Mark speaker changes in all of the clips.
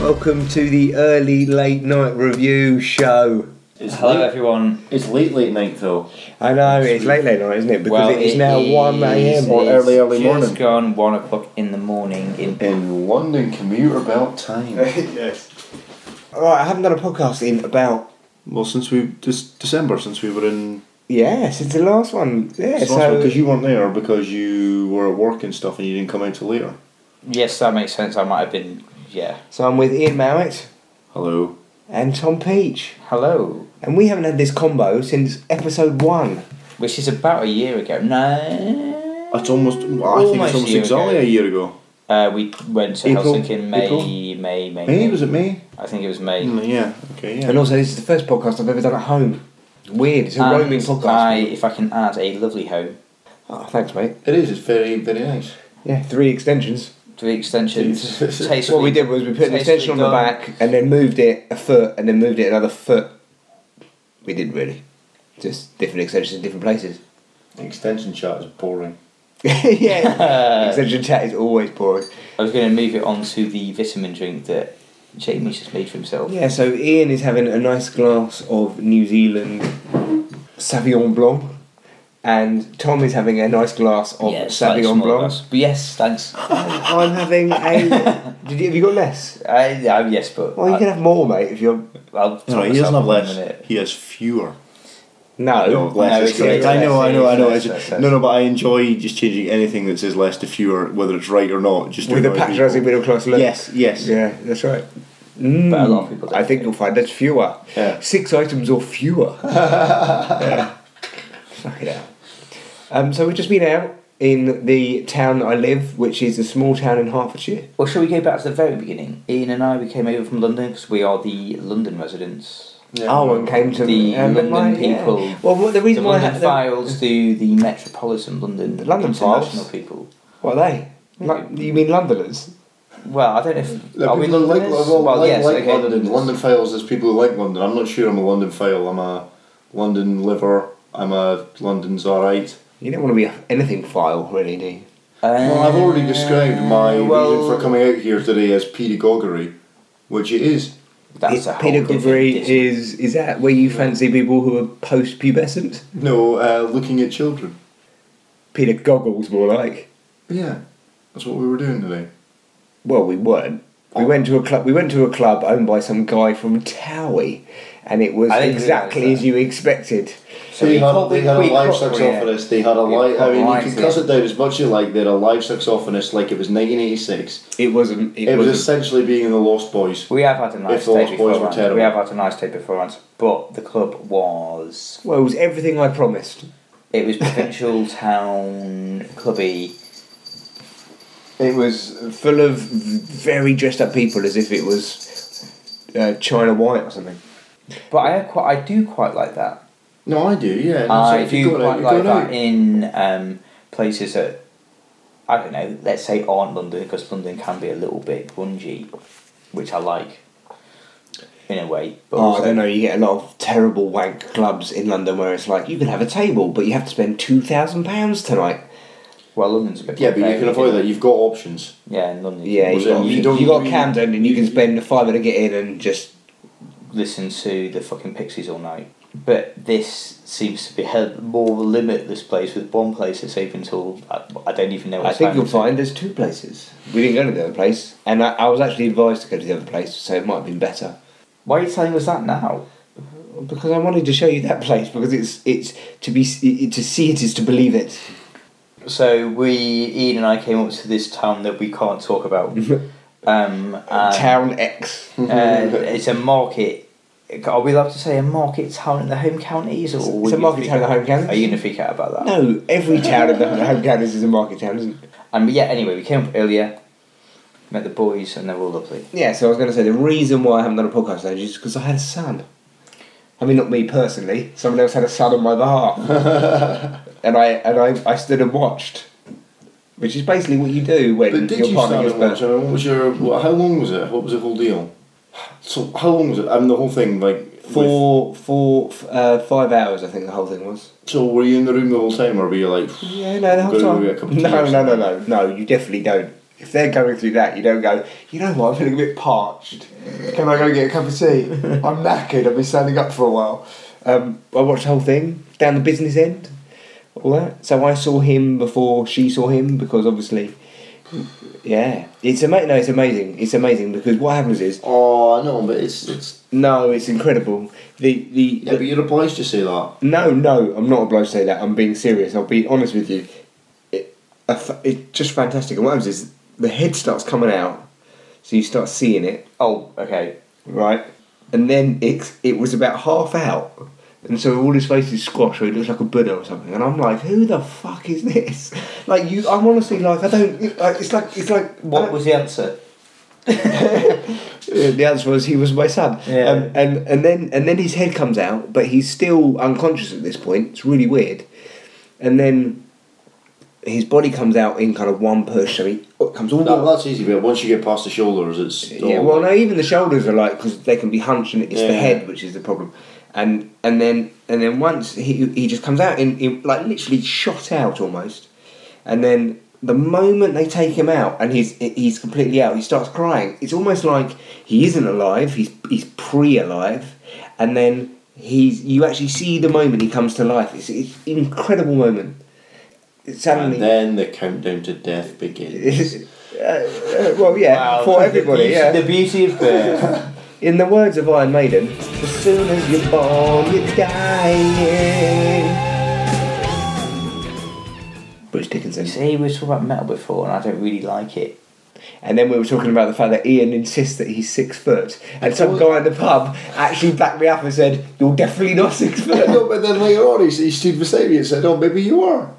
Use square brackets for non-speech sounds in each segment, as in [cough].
Speaker 1: Welcome to the early late night review show.
Speaker 2: It's
Speaker 3: Hello,
Speaker 2: late,
Speaker 3: everyone.
Speaker 2: it's late, late night though.
Speaker 1: I know it's late late night, isn't it? Because
Speaker 3: Well,
Speaker 1: it is now
Speaker 3: it
Speaker 1: one
Speaker 3: is-
Speaker 1: a.m.
Speaker 2: Or early, early
Speaker 3: it's
Speaker 2: morning.
Speaker 3: Just gone one o'clock in the morning. In
Speaker 2: In London commuter belt time.
Speaker 1: [laughs] yes. Right, I haven't done a podcast in about
Speaker 2: well, since we just December, since we were in
Speaker 1: yeah since the last one. Yeah,
Speaker 2: because
Speaker 1: so
Speaker 2: you weren't there because you were at work and stuff, and you didn't come out till later.
Speaker 3: yes, that makes sense. I might have been. Yeah.
Speaker 1: so I'm with Ian Mowat
Speaker 2: Hello.
Speaker 1: and Tom Peach,
Speaker 3: Hello,
Speaker 1: and we haven't had this combo since episode one.
Speaker 3: which is about a year ago. No.
Speaker 2: It's almost. Oh, I think
Speaker 3: Almost
Speaker 2: it's
Speaker 3: a
Speaker 2: almost
Speaker 3: year
Speaker 2: exactly
Speaker 3: ago.
Speaker 2: a year ago.
Speaker 3: Uh, we went to
Speaker 1: April?
Speaker 3: Helsinki in May,
Speaker 2: April?
Speaker 3: May, May, May.
Speaker 2: May was it May?
Speaker 3: I think it was May.
Speaker 2: Mm, yeah. Okay. Yeah.
Speaker 1: And also, this is the first podcast I've ever done at home. Weird, it's a
Speaker 3: And
Speaker 1: roaming podcast.
Speaker 3: I, if I can add a lovely home,
Speaker 1: Oh, thanks, mate.
Speaker 2: It is. It's very, very nice.
Speaker 1: Yeah, three extensions.
Speaker 3: three extensions.
Speaker 2: Jesus.
Speaker 3: tastefully-
Speaker 1: What we
Speaker 3: [laughs]
Speaker 1: did was we put an
Speaker 3: tastefully
Speaker 1: extension on the
Speaker 3: done.
Speaker 1: back and then moved it a foot and then moved it another foot. We did really. Just different extensions in different places. [laughs]
Speaker 2: The extension chat is boring.
Speaker 3: [laughs]
Speaker 1: yeah. Extension chat is always boring.
Speaker 3: Uh, I was going to move it on to the vitamin drink that Jamie's just made for himself.
Speaker 1: Yeah, so Ian is having a nice glass of New Zealand Sauvignon Blanc and Tom is having a nice glass of
Speaker 3: Yeah, slightly
Speaker 1: Sauvignon
Speaker 3: smaller
Speaker 1: Blanc.
Speaker 3: glass. But yes, thanks.
Speaker 1: I'm having a. [laughs] Did you, have you got less?
Speaker 3: I, I, yes, but
Speaker 1: Well, you
Speaker 3: I-
Speaker 1: can have more, mate, if you're.
Speaker 3: I'll
Speaker 2: No,
Speaker 3: talk
Speaker 2: he doesn't
Speaker 3: myself
Speaker 2: have
Speaker 3: up in a
Speaker 2: less.
Speaker 3: minute.
Speaker 2: He has fewer.
Speaker 1: No.
Speaker 2: No,
Speaker 3: No,
Speaker 2: less is
Speaker 3: it's
Speaker 2: correct.
Speaker 3: less,
Speaker 2: I know, I know, I know.
Speaker 3: it's
Speaker 2: It's
Speaker 3: less,
Speaker 2: no, no, but I enjoy just changing anything that says less to fewer, whether it's right or not. Just to
Speaker 1: With a
Speaker 2: annoy people.
Speaker 1: patronising middle class look.
Speaker 2: Yes, yes.
Speaker 1: Yeah, that's right. Mm,
Speaker 3: But a lot of people. Don't
Speaker 1: I think you'll find that's fewer.
Speaker 2: Yeah.
Speaker 1: Six items or
Speaker 3: [laughs]
Speaker 1: fewer. yeah. Fuck it out. Um, so we've just been out in the town I live, which is a small town in Hertfordshire.
Speaker 3: Or shall we go back to the very beginning? Ian and I we came over from London because we are the London residents.
Speaker 1: Oh, and came to
Speaker 3: The
Speaker 1: um,
Speaker 3: London
Speaker 1: my- yeah.
Speaker 3: people.
Speaker 1: Well, what, the
Speaker 3: The
Speaker 1: reason why I
Speaker 3: London
Speaker 1: had them,
Speaker 3: Files do the metropolitan London
Speaker 1: The London
Speaker 3: international
Speaker 1: Files?
Speaker 3: people.
Speaker 1: what are they? Lo- you mean Londoners?
Speaker 3: Well, I don't know if are we Londoners? well, yes, okay, Londoners.
Speaker 2: Files. There's people who like London. I'm not sure I'm a London File. I'm a London liver. I'm a London's all right.
Speaker 1: You don't want to be anything file, really, do you?
Speaker 3: Uh,
Speaker 2: Well, I've already described my
Speaker 3: well,
Speaker 2: reason for coming out here today as pedagoguery, which it is.
Speaker 3: That's
Speaker 1: It-
Speaker 3: a whole
Speaker 1: pedagogy
Speaker 3: different dis-
Speaker 1: is is that where you fancy people who are post-pubescent?
Speaker 2: No, uh, looking at children.
Speaker 1: Pedagoggles, more like.
Speaker 2: Yeah, that's what we were doing today.
Speaker 1: Well, we weren't. We went to a club. We went to a club owned by some guy from Towie, and it was
Speaker 3: I didn't
Speaker 1: exactly
Speaker 3: realise
Speaker 1: as you expected.
Speaker 3: So we caught- we- we caught Korea.
Speaker 2: They had a
Speaker 3: We
Speaker 2: live.
Speaker 3: caught
Speaker 2: I mean, you
Speaker 3: live
Speaker 2: can cuss
Speaker 3: there.
Speaker 2: it down as much as you like. They had a live saxophonist like it was 1986.
Speaker 1: It wasn't. It,
Speaker 2: It was
Speaker 1: wasn't.
Speaker 2: essentially being in the Lost Boys.
Speaker 3: We have had a nice
Speaker 2: If the
Speaker 3: day
Speaker 2: Lost Boys were
Speaker 3: before.
Speaker 2: terrible.
Speaker 3: We have had a nice day before, but the club was
Speaker 1: well, it was everything I promised.
Speaker 3: It
Speaker 1: [laughs]
Speaker 3: was provincial town E. clubby.
Speaker 1: It was full of very dressed up people, as if it was uh, China White or something.
Speaker 3: But I quite, I do quite like that.
Speaker 2: No, I do. Yeah, and
Speaker 1: Uh,
Speaker 2: that's
Speaker 3: I
Speaker 2: it. If you
Speaker 3: do
Speaker 2: go out,
Speaker 3: quite
Speaker 2: you
Speaker 3: like
Speaker 2: go out.
Speaker 3: that in um, places that I don't know. Let's say aren't London because London can be a little bit grungy, which I like in a way. But
Speaker 1: Oh, I
Speaker 3: also-
Speaker 1: don't know. You get a lot of terrible wank clubs in London where it's like you can have a table, but you have to spend two thousand pounds tonight.
Speaker 3: well, London's a good.
Speaker 2: Yeah, but you can avoid that. You've got options.
Speaker 3: Yeah, in London.
Speaker 1: Yeah,
Speaker 3: you
Speaker 1: you
Speaker 2: Was
Speaker 3: can
Speaker 2: it-
Speaker 1: got,
Speaker 2: you
Speaker 1: you
Speaker 2: don't-
Speaker 1: got
Speaker 2: you-
Speaker 1: Camden, and you can spend a fiver to get in and just
Speaker 3: listen to the fucking Pixies all night. But this seems to be a more limitless place with one place that's open till I, I don't even know. What
Speaker 1: I think
Speaker 3: time
Speaker 1: you'll
Speaker 3: it's open.
Speaker 1: find there's two places. We didn't go to the other place, and I, I was actually advised to go to the other place, so it might have been better.
Speaker 3: Why are you telling us that now?
Speaker 1: Because I wanted to show you that place because it's it's to be it, to see it is to believe it.
Speaker 3: So we, Ian and I, came up to this town that we can't talk
Speaker 1: [laughs]
Speaker 3: about. um, and,
Speaker 1: Town X.
Speaker 3: uh, it's a market. Are we allowed to say a market town in the home counties, or
Speaker 1: It's-
Speaker 3: are
Speaker 1: it's a
Speaker 3: you
Speaker 1: market
Speaker 3: freak
Speaker 1: town in the
Speaker 3: out-
Speaker 1: home counties.
Speaker 3: Are you gonna freak out about that?
Speaker 1: No, every town in the home counties is a market town, isn't it?
Speaker 3: And yeah, anyway, we came up earlier, met the boys, and they were all lovely.
Speaker 1: Yeah. So I was going to say the reason why I haven't done a podcast today is because I had a son. I mean, not me personally. Someone else had a son on my behalf,
Speaker 2: [laughs]
Speaker 1: and I and I, I stood and watched, which is basically what you do when
Speaker 2: But did
Speaker 1: your
Speaker 2: you
Speaker 1: partner
Speaker 2: stand
Speaker 1: gives
Speaker 2: and watch?
Speaker 1: birth.
Speaker 2: I mean, what was your? What, how long was it? What was the whole deal? So how long was it? I mean, the whole thing like with-
Speaker 1: Four, four, f- uh, five hours. I think the whole thing was.
Speaker 2: so were you in the room the whole time, or were you like?
Speaker 1: Yeah, no, the
Speaker 2: Go
Speaker 1: whole
Speaker 2: to
Speaker 1: time.
Speaker 2: get a cup of
Speaker 1: [laughs]
Speaker 2: tea
Speaker 1: No,
Speaker 2: or
Speaker 1: no, no,
Speaker 2: something.
Speaker 1: no, no. You definitely don't. if they're going through that, you don't go, you know what, I'm feeling a bit parched. Can I go get a cup of
Speaker 2: [laughs]
Speaker 1: tea? I'm knackered, I've been standing up for a while. Um, I watched the whole thing, down the business end, all that. So I saw him before she saw him because obviously, yeah. It's, ama- no, it's amazing. It's amazing because what happens is,
Speaker 2: Oh, I know, but it's it's.
Speaker 1: no, it's incredible. The, the,
Speaker 2: Yeah, but you're obliged to say that.
Speaker 1: No, no, I'm not obliged to say that. I'm being serious. I'll be honest with you. It, a fa- it's just fantastic. And what happens is the head starts coming out, so you start seeing it,
Speaker 3: Oh, okay.
Speaker 1: right? And then it, it was about half out, and so all his face is squashed, or he looks like a Buddha or something. And I'm like, who the fuck is this? [laughs] Like you, I'm honestly like, I don't. Like, it's like it's like
Speaker 3: What was the answer?
Speaker 1: Uh, the answer was he was my son.
Speaker 3: Yeah.
Speaker 1: Um, and and then and then his head comes out, but he's still unconscious at this point. It's really weird. And then his body comes out in kind of one push. So he it comes all.
Speaker 2: That, that's easy, but once you get past the shoulders, it's.
Speaker 1: yeah. Well, no, even the shoulders are like because they can be hunched, and it's the
Speaker 2: Yeah.
Speaker 1: head which is the problem. And and then and then once he he just comes out in, in like literally shot out almost, and then. The moment they take him out and he's he's completely out, he starts crying. It's almost like he isn't alive. He's he's pre-alive, and then he's you actually see the moment he comes to life. It's, it's an incredible moment. Suddenly,
Speaker 2: And then the countdown to death begins.
Speaker 1: [laughs] uh, uh, well, yeah,
Speaker 3: Wow,
Speaker 1: for
Speaker 3: the
Speaker 1: everybody,
Speaker 3: beauty-
Speaker 1: yeah.
Speaker 3: The beauty
Speaker 1: [laughs]
Speaker 3: of birth.
Speaker 1: In the words of Iron Maiden, as soon as you're born, you're dying. Bruce Dickinson.
Speaker 3: See, we were talking about metal before, and I don't really like it.
Speaker 1: And then we were talking about the fact that Ian insists that he's six foot, and some guy in the pub actually backed me up and said, "You're definitely not six foot."
Speaker 2: no, but then later on, he, he stood beside me and said, "Oh, maybe you are."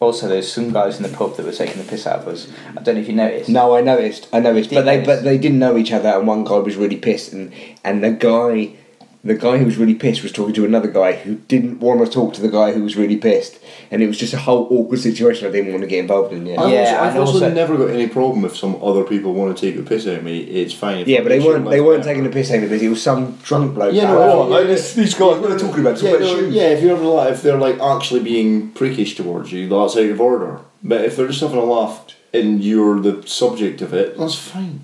Speaker 3: Also, there's some guys in the pub that were taking the piss out of us. I don't know if you
Speaker 1: [laughs]
Speaker 3: noticed.
Speaker 1: No, I noticed. I noticed, but they but they didn't know each other, and one guy was really pissed, and and the guy, the guy who was really pissed was talking to another guy who didn't want to talk to the guy who was really pissed, and it was just a whole awkward situation. I didn't want to get involved in. Yeah,
Speaker 2: I've
Speaker 3: Yeah,
Speaker 2: also, I've
Speaker 3: and
Speaker 2: also,
Speaker 3: also-
Speaker 2: never got any problem if some other people want to take the piss out of me. It's fine.
Speaker 1: yeah, but they
Speaker 2: It's your
Speaker 1: weren't they
Speaker 2: life,
Speaker 1: weren't
Speaker 2: yeah.
Speaker 1: taking the piss out of it. It was some drunk bloke. Like,
Speaker 2: Yeah, no,
Speaker 1: "Oh,
Speaker 2: yeah,
Speaker 1: like
Speaker 2: yeah.
Speaker 1: this- these guys. What are they talking about? It's
Speaker 2: Yeah,
Speaker 1: about
Speaker 2: no,
Speaker 1: shoes."
Speaker 2: yeah, if you're having a laugh, if they're like actually being prickish towards you, that's out of order. But if they're just having a laugh and you're the subject of it, that's fine.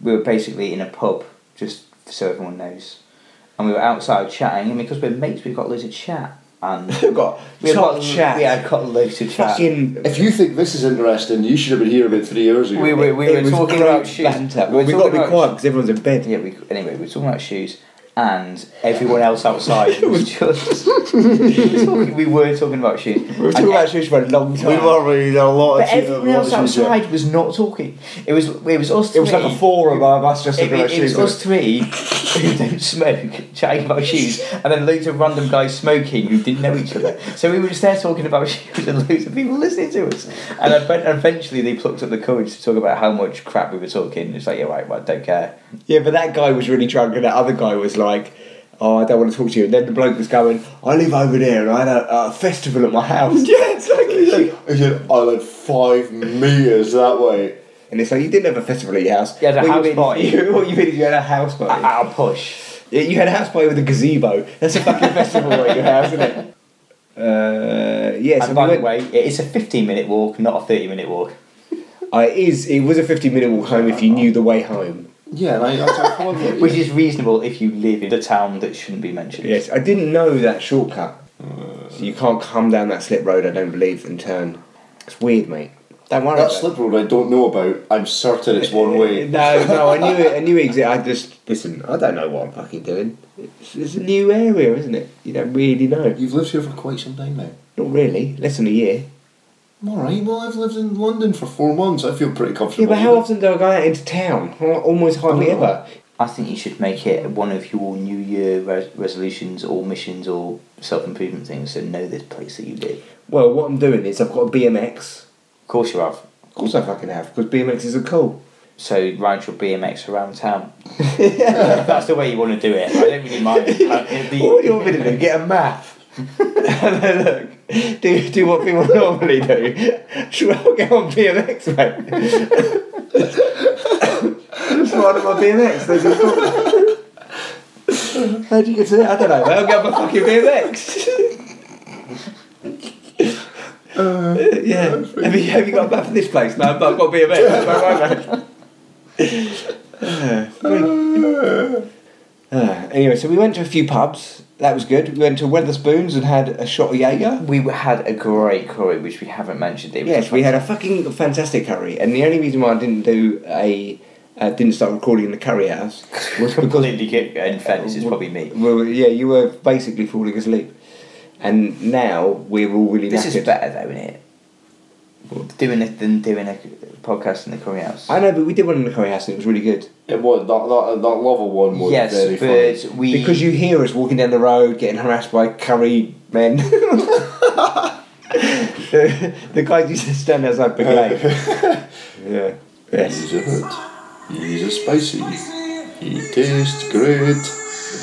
Speaker 3: we were basically in a pub, just so everyone knows. And we were outside chatting, and because we're mates, we've got loads of chat.
Speaker 1: [laughs]
Speaker 3: And
Speaker 1: We've got
Speaker 3: we've
Speaker 1: top
Speaker 3: got,
Speaker 1: chat.
Speaker 3: Yeah, I've got loads of chat.
Speaker 1: Fucking
Speaker 2: If you think this is interesting, you should have been here about three hours ago.
Speaker 3: We were, we
Speaker 1: it
Speaker 3: were
Speaker 1: was
Speaker 3: talking
Speaker 1: great
Speaker 3: about shoes.
Speaker 1: banter.
Speaker 3: We were
Speaker 1: Well, we've got to
Speaker 3: talking
Speaker 1: be
Speaker 3: about
Speaker 1: quiet because everyone's in bed.
Speaker 3: Yeah, we, anyway, we were talking about shoes, and everyone
Speaker 1: [laughs]
Speaker 3: else outside was just. talking, we were talking about shoes.
Speaker 1: We were talking
Speaker 3: And
Speaker 1: about shoes for a long time.
Speaker 2: really a lot
Speaker 3: But everyone else outside was not talking. It was it was us.
Speaker 1: It was like a
Speaker 3: three-
Speaker 1: forum of us just
Speaker 3: It,
Speaker 1: talking about
Speaker 3: it, it was
Speaker 1: shoes.
Speaker 3: us three who don't smoke chatting about shoes, and then loads of random guys smoking who didn't know each other. So we were just there talking about shoes, and loads of people listening to us. And ev- eventually, they plucked up the courage to talk about how much crap we were talking. It's like, yeah, right, well, I don't care.
Speaker 1: Yeah, but that guy was really drunk, and that other guy was like, "Oh, I don't want to talk to you." And then the bloke was going, "I live over there, and I had a, a festival at my house." [laughs] [laughs] yeah, exactly.
Speaker 2: He said, I live five metres that way.
Speaker 1: And it's like you didn't have a festival at your house.
Speaker 3: You had a
Speaker 1: What
Speaker 3: house
Speaker 1: mean- [laughs]
Speaker 3: party.
Speaker 1: You, what you mean is you had a house party?
Speaker 3: I'll push.
Speaker 1: Yeah, you had a house party with a gazebo. That's a fucking [laughs] festival at your house, isn't it? Uh, yeah. So
Speaker 3: and
Speaker 1: we
Speaker 3: by the
Speaker 1: went-
Speaker 3: way, it is a 15 minute walk, not a 30 minute walk.
Speaker 1: uh, it is. It was a fifteen-minute walk home if you knew the way home.
Speaker 2: Yeah, and I, I, I followed
Speaker 1: [laughs]
Speaker 2: it.
Speaker 3: Which is reasonable if you live in the town that shouldn't be mentioned.
Speaker 1: Yes, I didn't know that shortcut. So you can't come down that slip road. I don't believe and turn. It's weird, mate. Don't worry.
Speaker 2: That
Speaker 1: about it.
Speaker 2: slip road I don't know about. I'm certain it's one
Speaker 1: [laughs]
Speaker 2: way.
Speaker 1: No, no, I knew it. I knew it existed. I just listen. I don't know what I'm fucking doing. It's, it's a new area, isn't it? You don't really know.
Speaker 2: You've lived here for quite some time now.
Speaker 1: Not really. Less than a year.
Speaker 2: Alright, well, I've lived in London for four months. I feel pretty comfortable.
Speaker 1: Yeah, but how
Speaker 2: with
Speaker 1: often do I go out into town? Al- Almost hardly
Speaker 2: Oh.
Speaker 1: ever.
Speaker 3: I think you should make it one of your New Year res- resolutions or missions or self improvement things to know this place that you live.
Speaker 1: Well, what I'm doing is I've got a BMX.
Speaker 3: Of course, you have.
Speaker 1: Of course, I fucking have because BMXs are [laughs] cool.
Speaker 3: So ride your BMX
Speaker 1: [laughs]
Speaker 3: around town. If that's the way you want to do it. I don't really mind. Uh, it'd be-
Speaker 1: What do you want me to do? Get a map. and then look, do, do what people [laughs] normally do. [laughs] Should I go on BMX, mate? Just ride on my BMX, there's a problem. How do you get to that? I don't know, mate. I'll get on my fucking BMX. yeah. Have you, have you got a map for this place? No, but I've got to be a bit. That's my map. Uh, very- uh, anyway, so we went to a few pubs. That was good. We went to Weatherspoons and had a shot of Jaeger.
Speaker 3: We had a great curry, which we haven't mentioned. It was
Speaker 1: Yes, we had a fucking fantastic curry. And the only reason why I didn't do a uh, didn't start recording in the curry house was because
Speaker 3: completely get in fairness, it's probably me.
Speaker 1: well, yeah, you were basically falling asleep. And now we're all really
Speaker 3: This
Speaker 1: knackered.
Speaker 3: is better though, isn't it? Doing it than doing a podcast in the curry house.
Speaker 1: I know, but we did one in the curry house and it was really good.
Speaker 2: It was that that that level one was
Speaker 3: yes,
Speaker 2: very
Speaker 3: but
Speaker 2: funny.
Speaker 3: we
Speaker 1: Because you hear us walking down the road getting harassed by curry men. [laughs] the, the guys used to stand outside Big Lake. Uh, [laughs] yeah. Yes.
Speaker 2: [laughs] He's a hood. He's a spicy. He tastes great.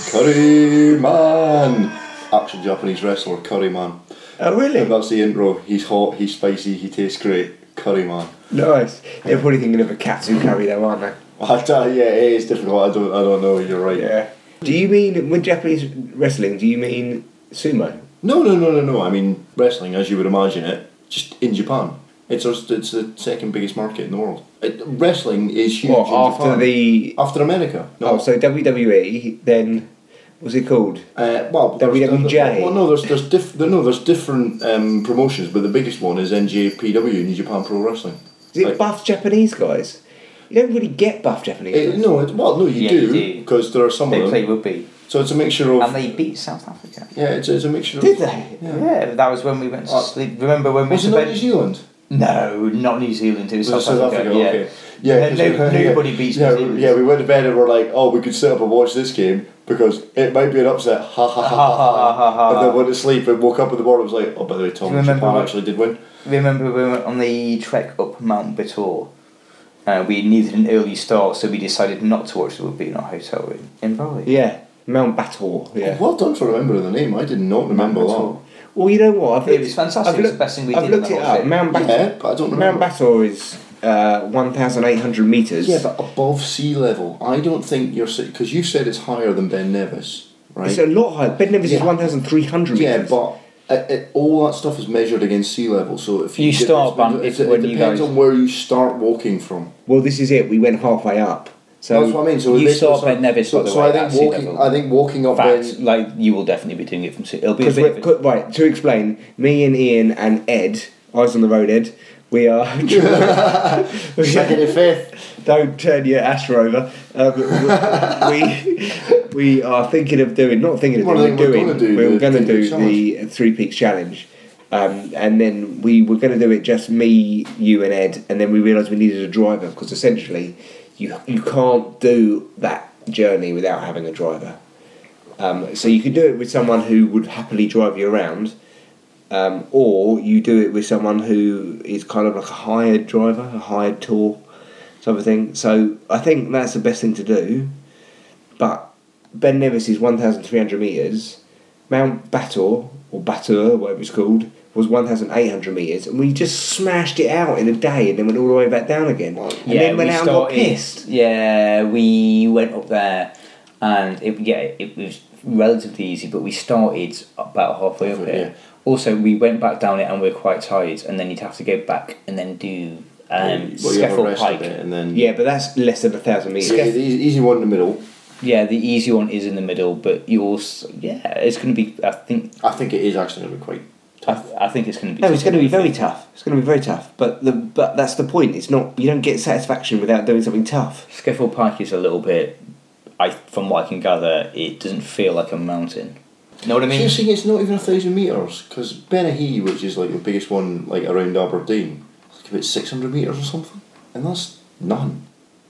Speaker 2: Curry man. Action Japanese wrestler Curry man.
Speaker 1: Oh,
Speaker 2: And
Speaker 1: really?
Speaker 2: that's the intro. He's hot. He's spicy. He tastes great. Curry man. [laughs]
Speaker 1: Nice. They're probably thinking of a katsu curry, though, aren't they?
Speaker 2: I tell you, yeah, it is difficult. I don't. I don't know. You're right.
Speaker 1: Yeah. Do you mean, with Japanese wrestling, do you mean sumo?
Speaker 2: No, no, no, no, no. I mean wrestling, as you would imagine it, just in Japan. It's our- it's the second biggest market in the world. It, wrestling is huge.
Speaker 1: Or
Speaker 2: in
Speaker 1: after
Speaker 2: Japan.
Speaker 1: the.
Speaker 2: after America. No.
Speaker 1: Oh, so WWE, then. What's it called?
Speaker 2: Uh, well, there's-
Speaker 1: WWJ.
Speaker 2: Well, no, there's there's diff, there, no, there's different um, promotions, but the biggest one is NJPW, New Japan Pro Wrestling.
Speaker 1: Is it
Speaker 2: Like,
Speaker 1: buff Japanese guys? You don't really get buff Japanese
Speaker 2: it-
Speaker 1: guys.
Speaker 2: no, it, well, no, you
Speaker 3: Yeah, you
Speaker 2: do
Speaker 3: do.
Speaker 2: because there are some
Speaker 3: they
Speaker 2: of
Speaker 3: play
Speaker 2: them.
Speaker 3: rugby
Speaker 2: So it's a mixture of
Speaker 3: and they beat South Africa.
Speaker 2: yeah, it's, it's a mixture.
Speaker 1: Did
Speaker 2: of,
Speaker 1: they?
Speaker 2: Yeah.
Speaker 3: Yeah, but that was when we went to
Speaker 2: Oh.
Speaker 3: sleep. Remember when we
Speaker 2: Was it not New
Speaker 3: spent?
Speaker 2: Zealand?
Speaker 3: No, not New Zealand. It was
Speaker 2: Was it
Speaker 3: South, Africa. yeah.
Speaker 2: okay. Yeah,
Speaker 3: No-
Speaker 2: 'cause
Speaker 3: no-
Speaker 2: we-
Speaker 3: nobody beats New
Speaker 2: yeah,
Speaker 3: Zealand.
Speaker 2: Yeah, we went to bed and we're like, oh, we could sit up and watch this game because it might be an upset. Ha ha ha ha ha.
Speaker 3: Ha, ha, ha, ha.
Speaker 2: And then went to sleep and woke up in the morning. and was like, oh, by the way, Tom
Speaker 3: Do you remember
Speaker 2: Japan
Speaker 3: what-
Speaker 2: actually did win.
Speaker 3: Remember we went on the trek up Mount Bator. Uh, we needed an early start, so we decided not to watch the rugby in our hotel room in Bali.
Speaker 1: Yeah. Mount Bator, yeah.
Speaker 2: Well done for remembering the name. I did not remember that.
Speaker 1: Well, you know what? I've
Speaker 3: It
Speaker 1: looked-
Speaker 3: was fantastic.
Speaker 1: I've
Speaker 3: It was
Speaker 1: looked-
Speaker 3: the best thing we
Speaker 1: I've
Speaker 3: did
Speaker 1: looked
Speaker 3: in the
Speaker 1: it
Speaker 3: whole
Speaker 1: up.
Speaker 3: thing.
Speaker 1: Mount Bator.
Speaker 2: Yeah, but I don't
Speaker 1: Mount
Speaker 2: remember.
Speaker 1: Bator is uh, one thousand eight hundred meters.
Speaker 2: Yeah, but above sea level. I don't think you're because you said it's higher than Ben Nevis, right?
Speaker 1: it's a lot higher. Ben Nevis is
Speaker 2: Yeah.
Speaker 1: one thousand three hundred
Speaker 2: yeah,
Speaker 1: meters.
Speaker 2: but. It, it, all that stuff is measured against sea level, so if you,
Speaker 3: You
Speaker 2: get-
Speaker 3: start, man,
Speaker 2: it,
Speaker 3: if-
Speaker 2: it
Speaker 3: when you
Speaker 2: depends
Speaker 3: guys-
Speaker 2: on where you start walking from.
Speaker 1: well, this is it. We went halfway up. So
Speaker 2: That's what I mean. So
Speaker 4: you
Speaker 2: basically,
Speaker 4: saw
Speaker 2: so-
Speaker 4: Ben Nevis,
Speaker 2: So,
Speaker 4: by the
Speaker 2: so
Speaker 4: way,
Speaker 2: I think
Speaker 4: at sea
Speaker 2: walking.
Speaker 4: level.
Speaker 2: I think walking up
Speaker 4: Fact,
Speaker 2: Ben.
Speaker 4: like you will definitely be doing it from. sea- It'll be a
Speaker 1: Because
Speaker 4: bit
Speaker 1: we're,
Speaker 4: of a,
Speaker 1: co- right to explain, me and Ian and Ed, eyes on the road, Ed. We
Speaker 2: [laughs]
Speaker 1: are. [laughs]
Speaker 2: Second
Speaker 4: [laughs]
Speaker 2: and fifth.
Speaker 1: Don't turn your Astra over. Um, we, we are thinking of doing, not thinking of
Speaker 2: Well,
Speaker 1: doing,
Speaker 2: I think
Speaker 1: we're
Speaker 2: we're
Speaker 1: doing,
Speaker 2: gonna do
Speaker 1: we were
Speaker 2: the
Speaker 1: going to do
Speaker 2: Three Peaks
Speaker 1: the
Speaker 2: Challenge.
Speaker 1: Three Peaks Challenge. Um, and then we were going to do it just me, you, and Ed. And then we realised we needed a driver because essentially you, you can't do that journey without having a driver. Um, so you could do it with someone who would happily drive you around, um, or you do it with someone who is kind of like a hired driver, a hired tour type of thing. So I think that's the best thing to do. But Ben Nevis is 1,300 metres. Mount Bator, or Bator, whatever it's called, was 1,800 metres. And we just smashed it out in a day and then went all the way back down again. And
Speaker 4: yeah,
Speaker 1: then went
Speaker 4: we
Speaker 1: out and got
Speaker 4: started,
Speaker 1: pissed.
Speaker 4: Yeah, we went up there, and it yeah it was relatively easy, but we started about halfway up
Speaker 2: Halfway,
Speaker 4: it.
Speaker 2: yeah.
Speaker 4: Also, we went back down it, and we were quite tired, and then you'd have to go back and then do um,
Speaker 2: well, you have a
Speaker 4: scaffold
Speaker 2: rest a bit,
Speaker 4: pike.
Speaker 2: and then
Speaker 1: Yeah, but that's less than 1,000 metres.
Speaker 2: Yeah, the easy, easy one in the middle.
Speaker 4: Yeah, the easy one is in the middle, but yours yeah, it's going to be. I think
Speaker 2: I think it is actually going to be quite.
Speaker 4: I, th- I think it's going to be.
Speaker 1: No, it's
Speaker 4: tough.
Speaker 1: going to be very tough. It's going to be very tough. But the but that's the point. It's not you don't get satisfaction without doing something tough.
Speaker 4: Scaffold Pike is a little bit. I from what I can gather, it doesn't feel like a mountain. You know what I
Speaker 2: So
Speaker 4: mean?
Speaker 2: you're saying it's not even a thousand meters because Benahi, which is like the biggest one, like around Aberdeen, it's like about six hundred meters or something, and that's none.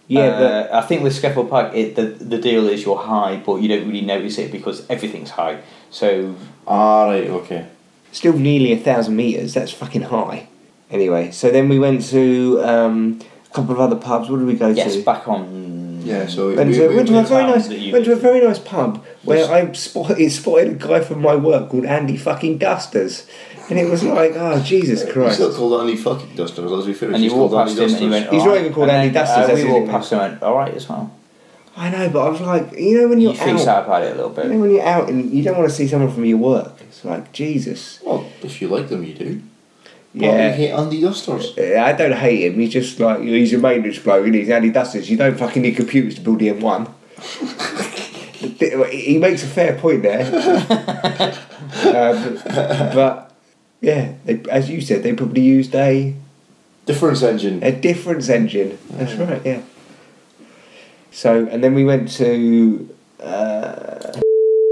Speaker 1: Yeah,
Speaker 3: Uh, I think with Scaffold Park, it, the the deal is you're high, but you don't really notice it because everything's high. So
Speaker 2: Ah, right, okay.
Speaker 1: but still nearly a thousand meters. That's fucking high. Anyway, so then we went to um, a couple of other pubs. What did we go
Speaker 4: yes,
Speaker 1: to?
Speaker 4: back on.
Speaker 2: Mm. Yeah, so it-
Speaker 1: Went
Speaker 2: we-
Speaker 1: to,
Speaker 2: we-
Speaker 1: went to a
Speaker 2: we-
Speaker 1: very nice
Speaker 4: that you
Speaker 1: went to a
Speaker 4: did.
Speaker 1: very nice pub where I spotted, spotted a guy from my work called Andy fucking Dusters, and it was like, oh Jesus
Speaker 2: He's
Speaker 1: Christ!
Speaker 2: not called Andy fucking Dusters. Let's be fair.
Speaker 4: And
Speaker 2: he's
Speaker 4: you walked
Speaker 2: called
Speaker 4: past him and he went.
Speaker 1: He's not
Speaker 4: "Alright."
Speaker 1: even called
Speaker 4: And
Speaker 1: Andy
Speaker 4: then,
Speaker 1: Dustin,
Speaker 4: uh,
Speaker 1: that's
Speaker 4: We
Speaker 1: his
Speaker 4: walked
Speaker 1: name.
Speaker 4: past him and went, all right as well.
Speaker 1: I know, but I was like, you know, when
Speaker 3: you
Speaker 1: you're
Speaker 3: think
Speaker 1: out,
Speaker 3: out about it a little
Speaker 1: you know,
Speaker 3: bit.
Speaker 1: when you're
Speaker 4: "Oh."
Speaker 1: out and you don't want to see someone from your work, it's like Jesus.
Speaker 2: Well, if you like them, you do. Yeah.
Speaker 1: Yeah.
Speaker 2: hate Andy Dusters.
Speaker 1: Yeah, I don't hate him. He's just like he's your maintenance bloke, and he's Andy Dusters. You don't fucking need computers to build the M1. [laughs] he makes a fair point there, [laughs] um, but yeah, they, as you said, they probably used a
Speaker 2: Difference engine.
Speaker 1: a difference engine. That's right, yeah. So and then we went to. Uh,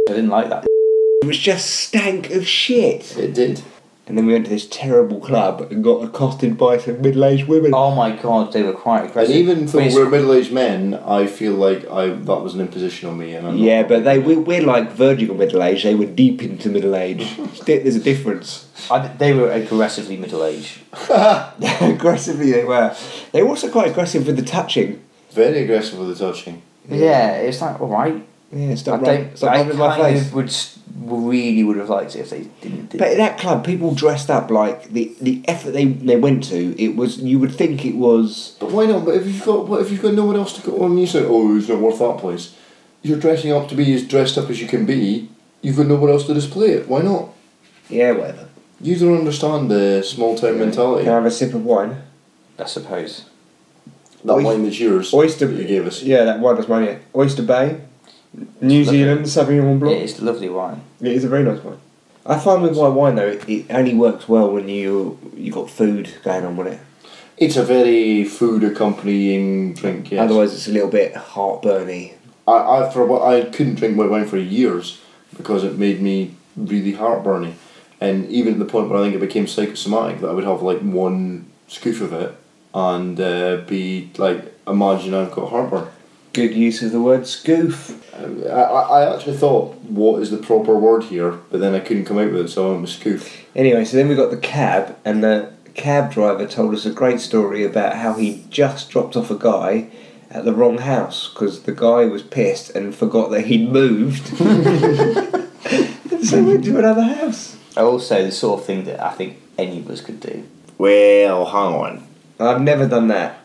Speaker 3: I didn't like that.
Speaker 1: it was just stank of shit.
Speaker 2: It did.
Speaker 1: And then we went to this terrible club and got accosted by some middle-aged women.
Speaker 3: Oh my god, they were quite
Speaker 2: And
Speaker 3: aggressive.
Speaker 2: even though
Speaker 3: When it's-
Speaker 2: we're middle aged men, I feel like I that was an imposition on me. And I'm not-
Speaker 1: Yeah, but they we, we're like vertical middle age. They were deep into middle age. It's di- There's a difference. [laughs]
Speaker 3: I, they were aggressively middle aged.
Speaker 1: Aggressively, they were. They were also quite aggressive with the touching.
Speaker 2: very aggressive with the touching.
Speaker 3: Yeah, it's like all right.
Speaker 1: Yeah,
Speaker 3: I
Speaker 1: stop rubbing,
Speaker 3: don't.
Speaker 1: stop
Speaker 3: I
Speaker 1: rubbing
Speaker 3: kind
Speaker 1: my face.
Speaker 3: of would s- really would have liked it if they didn't. do
Speaker 1: But at that club, people dressed up like the the effort they they went to. It was you would think it was.
Speaker 2: But why not? But if you've got what if you've got nowhere else to go on, you say, "Oh, it's not worth that place." You're dressing up to be as dressed up as you can be. You've got nowhere else to display it. Why not?
Speaker 1: Yeah, whatever.
Speaker 2: You don't understand the small town mentality.
Speaker 1: Can I have a sip of wine?
Speaker 3: I suppose.
Speaker 2: That
Speaker 1: Oy-
Speaker 2: wine that's yours.
Speaker 1: Oyster
Speaker 2: that you gave us.
Speaker 1: Yeah, that wine was mine. Yeah. Oyster Bay, New
Speaker 3: Lovely.
Speaker 1: Zealand Sauvignon Blanc.
Speaker 3: It is lovely wine.
Speaker 1: It is a very nice wine. I find with white wine though, it, it only works well when you you got food going on with it.
Speaker 2: It's a very food accompanying drink. Yes.
Speaker 1: Otherwise, it's a little bit heartburny.
Speaker 2: I, I for what I couldn't drink white wine for years because it made me really heartburny, and even at the point where I think it became psychosomatic that I would have like one scoop of it and uh, be like, imagine I've got heartburn.
Speaker 1: Good use of the word scoof.
Speaker 2: I, I, I actually thought, what is the proper word here? But then I couldn't come out with it, so I went with scoof.
Speaker 1: Anyway, so then we got the cab, and the cab driver told us a great story about how he just dropped off a guy at the wrong house because the guy was pissed and forgot that he'd moved. [laughs] and so went to another house.
Speaker 3: Also, the sort of thing that I think any of us could do.
Speaker 2: Well, hang on.
Speaker 1: I've never done that.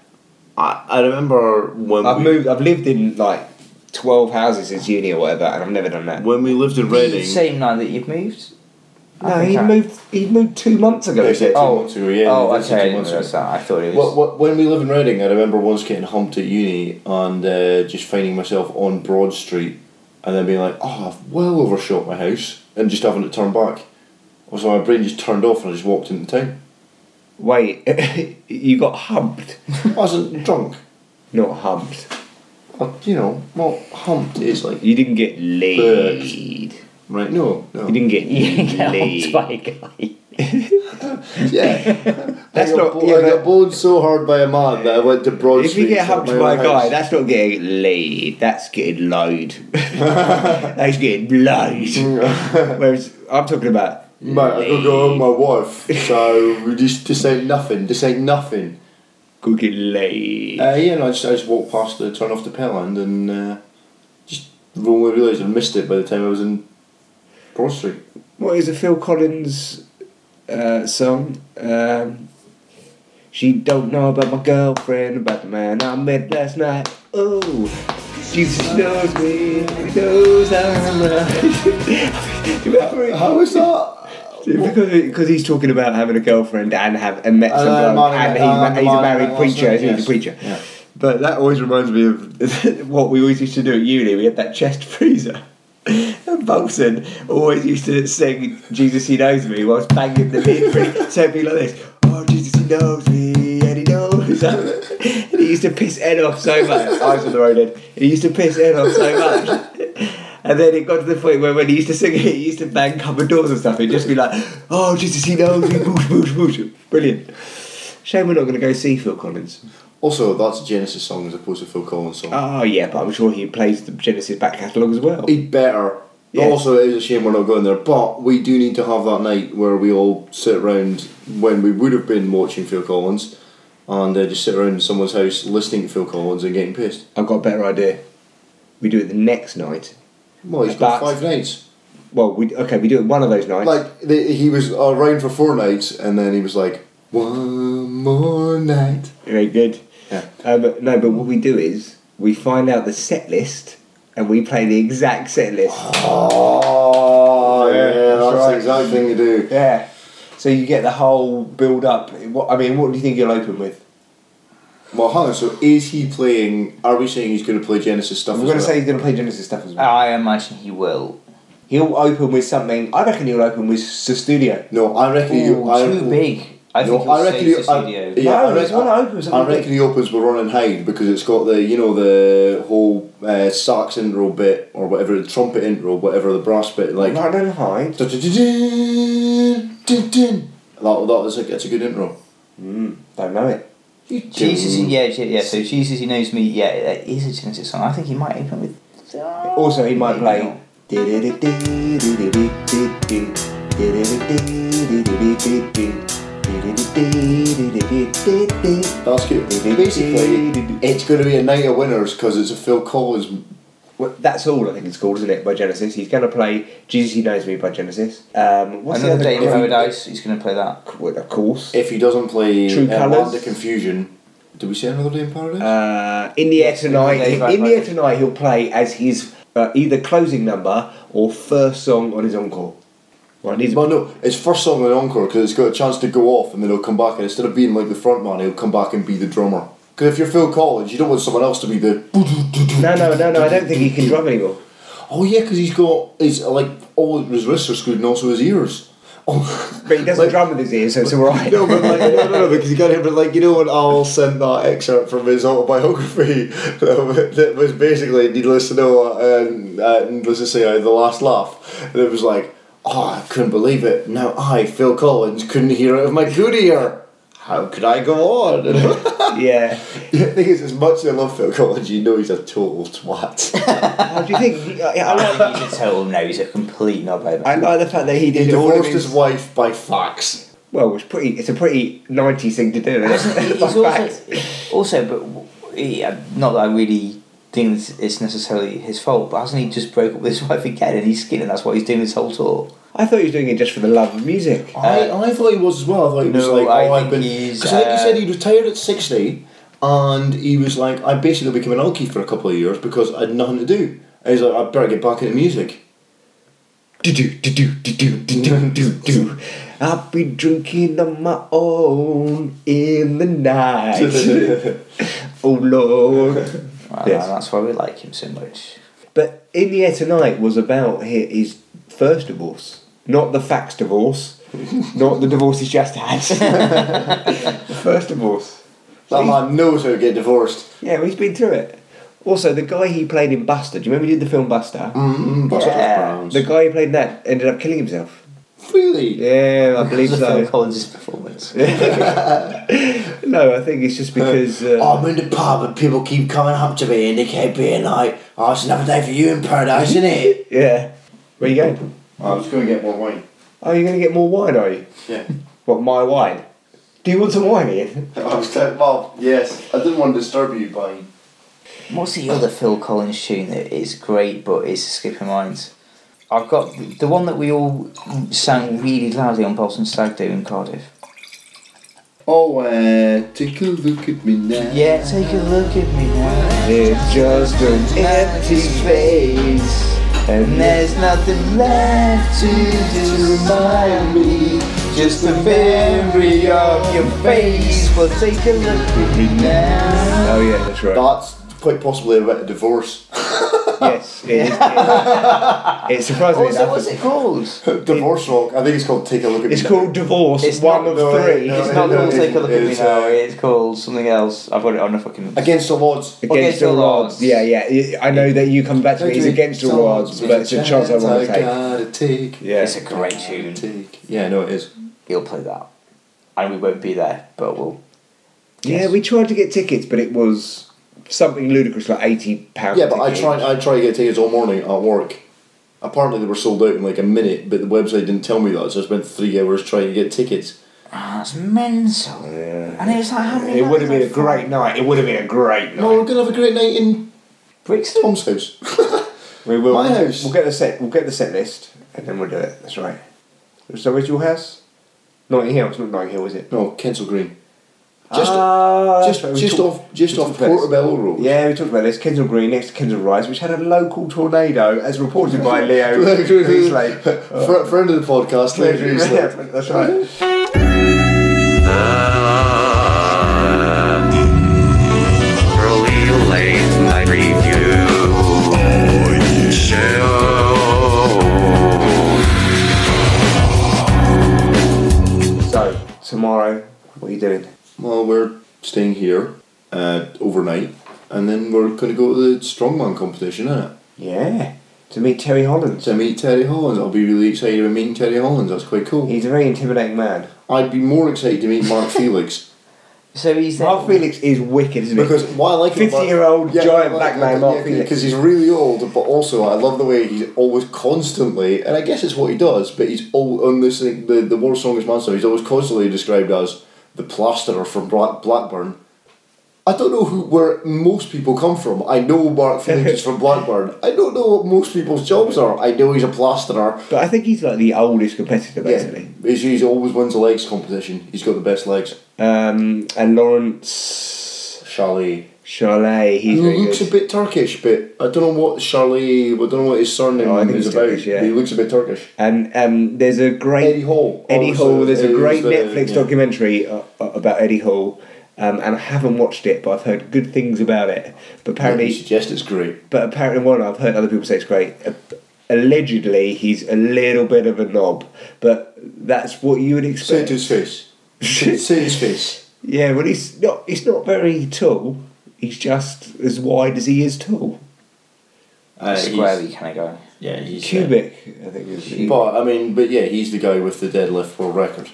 Speaker 2: I, I remember when
Speaker 1: I've moved. I've lived in like twelve houses since uni or whatever, and I've never done that.
Speaker 2: when we lived in
Speaker 3: The same night that you've moved. I
Speaker 1: No,
Speaker 3: think
Speaker 1: he
Speaker 3: I-
Speaker 1: moved. He moved two months ago.
Speaker 2: They
Speaker 1: he said.
Speaker 2: said two
Speaker 3: Oh,
Speaker 2: months ago, yeah.
Speaker 3: oh,
Speaker 2: we lived
Speaker 3: okay. I
Speaker 2: two
Speaker 3: didn't
Speaker 2: months ago.
Speaker 3: realise that. I thought it was.
Speaker 2: Well, what, when we live in Reading, I remember once getting humped at uni and uh, just finding myself on Broad Street and then being like, oh, I've well overshot my house and just having to turn back. So my brain just turned off and I just walked into town.
Speaker 1: Wait, [laughs] you got humped?
Speaker 2: I wasn't drunk.
Speaker 1: Not humped.
Speaker 2: I, you know, not humped is like,
Speaker 1: You didn't get laid.
Speaker 2: right, no,
Speaker 1: You
Speaker 2: no.
Speaker 1: didn't get
Speaker 4: [laughs] Yeah,
Speaker 1: laid.
Speaker 4: by a guy.
Speaker 2: Yeah.
Speaker 1: [laughs] That's
Speaker 2: I
Speaker 1: not-
Speaker 2: got, bo-
Speaker 1: yeah,
Speaker 2: I got
Speaker 1: but-
Speaker 2: bowled so hard by a man that I went to Broad
Speaker 1: If
Speaker 2: Street.
Speaker 1: you get
Speaker 2: to
Speaker 1: humped
Speaker 2: my
Speaker 1: by a
Speaker 2: own
Speaker 1: guy,
Speaker 2: house.
Speaker 1: that's not getting laid. That's getting load. [laughs] that's getting load. Whereas I'm talking about.
Speaker 2: [laughs] Mate, I could go with my wife, so we just, just ain't nothing, just ain't nothing.
Speaker 1: Could get laid.
Speaker 2: Uh, yeah, no, I just, I just walked past the turn off the pill end and uh, just wrongly realised I missed it by the time I was in Broad Street.
Speaker 1: what is a Phil Collins uh, song? Um, she don't know about my girlfriend, about the man I met last night. Oh, Jesus knows me, he knows I'm [laughs] right. Remember it?
Speaker 2: How was that?
Speaker 1: Because, because he's talking about having a girlfriend and have and met
Speaker 2: And
Speaker 1: some
Speaker 2: then
Speaker 1: bloke, and
Speaker 2: marrying it,
Speaker 1: he's, ma-
Speaker 2: and
Speaker 1: he's a
Speaker 2: marrying
Speaker 1: married
Speaker 2: it last
Speaker 1: preacher, and
Speaker 2: night,
Speaker 1: he's
Speaker 2: uh, yes.
Speaker 1: a preacher.
Speaker 2: Yeah.
Speaker 1: But that always reminds me of [laughs] what we always used to do at uni. We had that chest freezer. And Bolton always used to sing Jesus He Knows Me whilst banging the lid ring. so it'd be like this Oh, Jesus He Knows Me and He Knows us." [laughs] And he used to piss Ed off so much. I was on the road, Ed. He used to piss Ed off so much. [laughs] And then it got to the point where when he used to sing [laughs] it, he used to bang cupboard doors and stuff. He'd just be like, Oh, Jesus He Knows Me, boosh, boosh, boosh. Brilliant. Shame we're not going to go see Phil Collins.
Speaker 2: Also, that's a Genesis song as opposed to Phil Collins song.
Speaker 1: Oh yeah, but I'm sure he plays the Genesis back catalogue as well.
Speaker 2: He'd better.
Speaker 1: Yeah.
Speaker 2: Also, it is a shame we're not going there, but we do need to have that night where we all sit around when we would have been watching Phil Collins and uh, just sit around in someone's house listening to Phil Collins and getting pissed.
Speaker 1: I've got a better idea. We do it the next night.
Speaker 2: Well, he's got
Speaker 1: That's-
Speaker 2: five nights.
Speaker 1: Well, we okay. We do it one of those nights.
Speaker 2: [laughs] Like the, he was uh, around for four nights, and then he was like, "One more night."
Speaker 1: Very good.
Speaker 2: Yeah.
Speaker 1: Um, no, but what we do is we find out the set list and we play the exact set list.
Speaker 2: Oh yeah, that's
Speaker 1: right.
Speaker 2: the exact thing to do.
Speaker 1: [sighs] Yeah. So you get the whole build up. What I mean, what do you think you'll open with?
Speaker 2: Well, hang on. So is he playing? Are we saying he's going to play Genesis stuff?
Speaker 1: I'm
Speaker 2: as
Speaker 1: going to
Speaker 2: well?
Speaker 1: say he's going to play Genesis stuff as well.
Speaker 3: I imagine he will.
Speaker 1: he'll open with something. I reckon he'll open with S- Studio.
Speaker 2: no. I reckon
Speaker 3: Ooh,
Speaker 2: you. I,
Speaker 3: Oh, too big. I
Speaker 2: No,
Speaker 3: think he'll
Speaker 2: I reckon
Speaker 3: save
Speaker 2: you-
Speaker 3: the
Speaker 2: I-
Speaker 3: studio.
Speaker 2: Yeah, I
Speaker 1: no, he's
Speaker 2: reckon-
Speaker 1: going to open with
Speaker 2: I
Speaker 1: something.
Speaker 2: reckon he opens with Run and Hide because it's got the you know the whole uh, sax intro bit or whatever the trumpet intro, whatever the brass bit like.
Speaker 1: Run and hide.
Speaker 2: Dun-dun-dun-dun, dun-dun. That, that was a, it's a good intro.
Speaker 1: Don't know it.
Speaker 3: Jesus,
Speaker 2: Mm.
Speaker 3: yeah, yeah, yeah. So Jesus, he knows me. Yeah, that is a Genesis song. I think he might open with.
Speaker 1: Also, he might
Speaker 3: Maybe not.
Speaker 1: play. Basically,
Speaker 2: That's good. Basically, it's going to be a night of winners because it's a Phil Collins.
Speaker 1: Well, that's all I think it's called, isn't it? By Genesis, he's going to play "Jesus He Knows Me" by Genesis. Um, what's
Speaker 3: Another
Speaker 1: the
Speaker 3: day in
Speaker 1: other
Speaker 3: paradise. He's going to play that.
Speaker 1: Well, Of course,
Speaker 2: If he doesn't play
Speaker 1: True
Speaker 2: uh,
Speaker 1: Colours.
Speaker 2: Land of Confusion, did we say another day in paradise?
Speaker 1: uh, in the air
Speaker 3: Yes,
Speaker 1: tonight.
Speaker 3: Another Day in
Speaker 1: In the air
Speaker 3: Paradise.
Speaker 1: tonight, he'll play as his uh, either closing number or first song on his encore. Right, he's
Speaker 2: well, no, it's first song on encore because it's got a chance to go off, and then he'll come back, and instead of being like the front man, he'll come back and be the drummer. Because if you're Phil Collins, you don't want someone else to be the.
Speaker 1: no, no, no, no. I don't think he can drum anymore.
Speaker 2: Oh yeah, because he's got his uh, like all his wrists are screwed, and also his ears. Oh, [laughs]
Speaker 1: But he doesn't
Speaker 2: Like-
Speaker 1: drum with his ears, so it's all right.
Speaker 2: No, but like, no, no, no, because you got him, but like, you know what? I'll send that excerpt from his autobiography [laughs] that was basically, needless to know, and uh, needless to say, uh, the last laugh. And it was like, oh, I couldn't believe it. Now I, Phil Collins, couldn't hear out of my good ear. How could I go on? [laughs] the
Speaker 1: Yeah.
Speaker 2: thing is, as much as I love Phil Collins, you know he's a total twat.
Speaker 1: How do you think? I, I, like,
Speaker 3: I think he's a total no. He's a complete knobhead.
Speaker 1: I like the fact that he
Speaker 2: He
Speaker 1: did all of
Speaker 2: divorced
Speaker 1: his.
Speaker 2: his wife by fax.
Speaker 1: Well, it's pretty. It's a pretty '90s thing to do. Isn't it? [laughs]
Speaker 3: He's
Speaker 1: By
Speaker 3: also,
Speaker 1: fact.
Speaker 3: also, but w- he, uh, not that I really think it's- it's necessarily his fault, but hasn't he just broke up with his [laughs] wife again and he's skinning? That's why he's doing this whole tour.
Speaker 1: I thought he was doing it just for the love of music.
Speaker 2: I, I thought he was as well. I thought he was
Speaker 3: Uh, no,
Speaker 2: like, oh,
Speaker 3: I
Speaker 2: I've
Speaker 3: think
Speaker 2: been.
Speaker 3: he's,
Speaker 2: Because, like you
Speaker 3: uh,
Speaker 2: said, he retired at 60 and he was like, I basically became an Elkie for a couple of years because I had nothing to do. And he's like, I better get back
Speaker 3: [laughs]
Speaker 2: into music.
Speaker 1: Do do do do do do do do do. I'll be drinking on my own in the [laughs] night. oh Lord.
Speaker 3: Right,
Speaker 1: Yes.
Speaker 3: and that's why we like him so much.
Speaker 1: But in the air tonight was about hi- his first divorce, not the fax divorce, not the divorce he's just [laughs] had. the first divorce.
Speaker 2: [laughs] that man knows how to get divorced.
Speaker 1: Yeah, well, he's been through it. Also, the guy he played in Buster. Do you remember he did the film Buster?
Speaker 2: Mm, Buster
Speaker 3: Yeah.
Speaker 2: Browns.
Speaker 1: The guy who played in that ended up killing himself.
Speaker 2: really?
Speaker 1: Yeah,
Speaker 3: [laughs]
Speaker 1: I believe
Speaker 3: Because of Phil
Speaker 1: so.
Speaker 3: Collins' performance.
Speaker 1: No, I think it's just because. Uh,
Speaker 3: Oh.
Speaker 2: I'm in the pub and people keep coming up to me and they keep being like, oh, it's another day for you in paradise, isn't [laughs] it?
Speaker 1: yeah. Where you going?
Speaker 2: I'm just going to get more wine.
Speaker 1: Oh, you're going to get more wine, are you?
Speaker 2: Yeah. [laughs]
Speaker 1: What, my wine? Do you want some wine, Ian?
Speaker 2: I was like, well, yes. I didn't want to disturb you by
Speaker 3: What's the other Phil Collins tune that is great but is skipping minds? I've got the one that we all sang really loudly on Boston Stag Do in Cardiff.
Speaker 2: Oh, uh, take a look at me now.
Speaker 3: Yeah, take a look at me now.
Speaker 1: It's just an
Speaker 3: Empty space. And there's nothing left to do. Remind me just a memory of your face. Well, take a look at me now.
Speaker 1: Oh, yeah, that's right.
Speaker 2: That's quite possibly about
Speaker 1: [laughs]
Speaker 2: a divorce.
Speaker 1: yes, it
Speaker 3: [laughs]
Speaker 1: is. It's surprisingly
Speaker 3: Also,
Speaker 1: enough.
Speaker 3: what's it
Speaker 2: [laughs]
Speaker 3: called?
Speaker 2: divorce rock. I think it's called Take a Look at
Speaker 1: It's
Speaker 2: Me
Speaker 1: called
Speaker 2: Now.
Speaker 1: Divorce,
Speaker 3: It's
Speaker 1: one
Speaker 3: not-
Speaker 1: of
Speaker 2: no,
Speaker 1: three.
Speaker 2: no,
Speaker 3: It's not
Speaker 2: no,
Speaker 3: called Take a Look at Me
Speaker 2: it's,
Speaker 3: Now.
Speaker 2: uh,
Speaker 3: It's called something else. I've got it on a fucking.
Speaker 2: Against the Odds.
Speaker 1: Against
Speaker 3: Against
Speaker 1: all
Speaker 3: All
Speaker 1: odds.
Speaker 3: Odds.
Speaker 1: Yeah, yeah. I know that you come back to me, it's against all odds, but it's a chance I want to take.
Speaker 2: gotta take.
Speaker 1: Yeah.
Speaker 3: It's a great tune.
Speaker 2: Take. Yeah, no, it is.
Speaker 3: He'll play that, and we won't be there, but we'll.
Speaker 1: Yeah, we tried to get tickets, but it was something ludicrous, like £80.
Speaker 2: Yeah, but I
Speaker 1: ticket.
Speaker 2: tried. I tried to get tickets all morning at work. Apparently they were sold out in like a minute, but the website didn't tell me that, so I spent three hours trying to get tickets.
Speaker 3: Ah, that's mental.
Speaker 1: Yeah.
Speaker 3: And it was like how many?
Speaker 1: It would have been a
Speaker 3: nights?
Speaker 1: great night. It would have been a great night.
Speaker 2: No, we're gonna have a great night in
Speaker 3: Brixton.
Speaker 2: Tom's house. [laughs]
Speaker 1: We will.
Speaker 2: My house.
Speaker 1: We'll get the set. We'll get the set list, and then we'll do it. That's right. So, where's your house? Notting Hill. It's not Notting Hill, is it?
Speaker 2: no, Kensal Green. Just-
Speaker 1: Ah, that's
Speaker 2: Just,
Speaker 1: right, we
Speaker 2: just
Speaker 1: talked-
Speaker 2: off, just
Speaker 1: we
Speaker 2: off
Speaker 1: talked about this.
Speaker 2: Portobello Road. [laughs]
Speaker 1: Yeah, we talked about this. Kensal Green next to Kensal Rise, which had a local tornado, as reported by
Speaker 2: [laughs]
Speaker 1: Leo. He's like, uh,
Speaker 2: Fr- friend of the podcast, Leo
Speaker 1: yeah,
Speaker 2: Greenslade.
Speaker 1: that's right.
Speaker 5: Early late night review show.
Speaker 1: So tomorrow, what are you doing?
Speaker 2: Well, we're staying here uh, overnight, and then we're going to go to the strongman competition, isn't it?
Speaker 1: Yeah, to meet Terry Holland.
Speaker 2: To meet Terry Hollins, I'll be really excited about meeting Terry Hollins. That's quite cool.
Speaker 1: He's a very intimidating man.
Speaker 2: I'd be more excited to meet Mark [laughs] Felix
Speaker 3: So he's there.
Speaker 1: Mark Felix is wicked, isn't he?
Speaker 2: because why I like him-
Speaker 1: 50-year-old giant black man, Mark Felix.
Speaker 2: because he's really old, but also I love the way he's always constantly, and I guess it's what he does, but he's all on this thing, the the world's strongest man stuff. He's always constantly described as the plasterer from Black, Blackburn. I don't know who where most people come from. I know Mark Felix is from Blackburn. I don't know what most people's jobs are. I know he's a plasterer.
Speaker 1: but I think he's like the oldest competitor, basically.
Speaker 2: he's, he's always wins the legs competition. He's got the best legs.
Speaker 1: Um, and Lawrence
Speaker 2: Charlie.
Speaker 1: Charlet, he's
Speaker 2: He
Speaker 1: very
Speaker 2: looks
Speaker 1: good.
Speaker 2: a bit Turkish, but I don't know what Charlie. I don't know what his surname
Speaker 1: Oh, I think
Speaker 2: is
Speaker 1: he's
Speaker 2: about.
Speaker 1: Turkish, yeah.
Speaker 2: He looks a bit Turkish.
Speaker 1: And um, there's a great
Speaker 2: Eddie Hall.
Speaker 1: Eddie
Speaker 2: also,
Speaker 1: Hall. There's a
Speaker 2: is
Speaker 1: great
Speaker 2: the-
Speaker 1: Netflix
Speaker 2: yeah.
Speaker 1: documentary uh, uh, about Eddie Hall, um, and I haven't watched it, but I've heard good things about it. But
Speaker 2: Apparently,
Speaker 1: apparently,
Speaker 2: he suggests it's great.
Speaker 1: but apparently, one I've heard other people say it's great. Uh, Allegedly, he's a little bit of a knob, but that's what you would
Speaker 2: Say
Speaker 1: expect.
Speaker 2: it to
Speaker 1: [laughs]
Speaker 2: his face. Say say it to his face.
Speaker 1: Yeah, well, he's not. He's not very tall. He's just as wide as he is tall.
Speaker 2: Uh,
Speaker 3: Squarely
Speaker 2: he's,
Speaker 3: kind of guy.
Speaker 2: yeah, he's uh,
Speaker 1: Cubic, I think. Is
Speaker 2: But I mean, but yeah, he's the guy with the deadlift world record,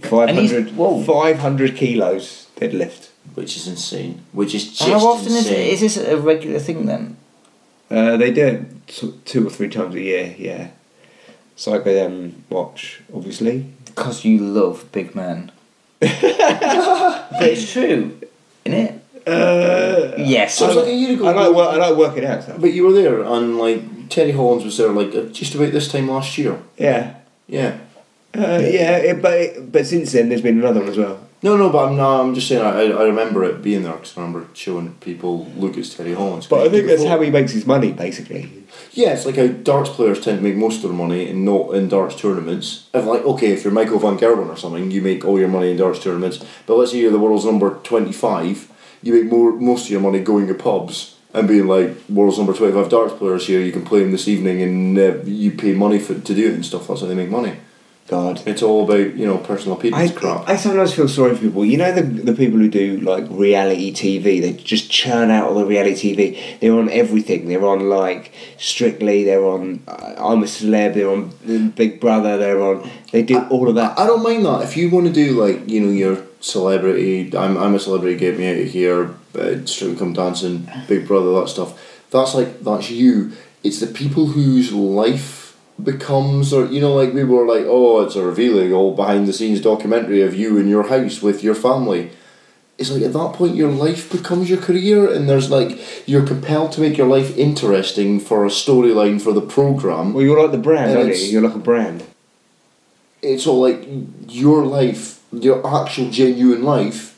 Speaker 1: 500,
Speaker 4: And he's- whoa.
Speaker 1: 500 kilos deadlift.
Speaker 2: which is insane. Which is just
Speaker 4: How often is,
Speaker 2: insane.
Speaker 4: it, is this a regular thing then?
Speaker 1: Uh, they do it t- two or three times a year, yeah. So I go um, watch, obviously.
Speaker 4: Because you love big
Speaker 2: [laughs]
Speaker 4: men. but it's true, isn't it?
Speaker 1: Uh,
Speaker 4: Yes.
Speaker 2: So it's like a year ago.
Speaker 1: I like, wor- I like working out stuff.
Speaker 2: but you were there, and like Terry Hollins was there, like uh, just about this time last year.
Speaker 1: Yeah.
Speaker 2: Yeah.
Speaker 1: Uh, yeah, it, but it, but since then there's been another one as well.
Speaker 2: No, no, but I'm no, I'm just saying. I, I- I remember it being there because I remember showing people look it's Terry Hollins.
Speaker 1: But I think that's how
Speaker 2: we.
Speaker 1: he makes his money, basically.
Speaker 2: Yeah, it's like how darts players tend to make most of their money and not in darts tournaments. If like okay, if you're Michael van Gerwen or something, you make all your money in darts tournaments. But let's say you're the world's number twenty five, you make more most of your money going to pubs and being like world's number twenty five darts players here. You can play them this evening and uh, you pay money for to do it and stuff. That's how they make money.
Speaker 1: God.
Speaker 2: It's all about you know personal
Speaker 1: I,
Speaker 2: people's crap.
Speaker 1: I sometimes feel sorry for people. You know the the people who do like reality TV. They just churn out all the reality TV. They're on everything. They're on like Strictly. They're on uh, I'm a Celeb. They're on Big Brother. They're on. They do all of that.
Speaker 2: I don't mind that. If you want to do like you know your celebrity, I'm, I'm a celebrity, get me out of here, uh, Strictly Come Dancing, Big Brother, that stuff. That's like that's you. It's the people whose life becomes, or you know, like we were like, oh, it's a revealing all behind the scenes documentary of you in your house with your family. It's like at that point your life becomes your career, and there's like you're compelled to make your life interesting for a storyline for the program
Speaker 1: well, you're like the brand,
Speaker 2: And
Speaker 1: aren't you?
Speaker 2: it's-
Speaker 1: You're like a brand.
Speaker 2: it's all like your life, your actual genuine life,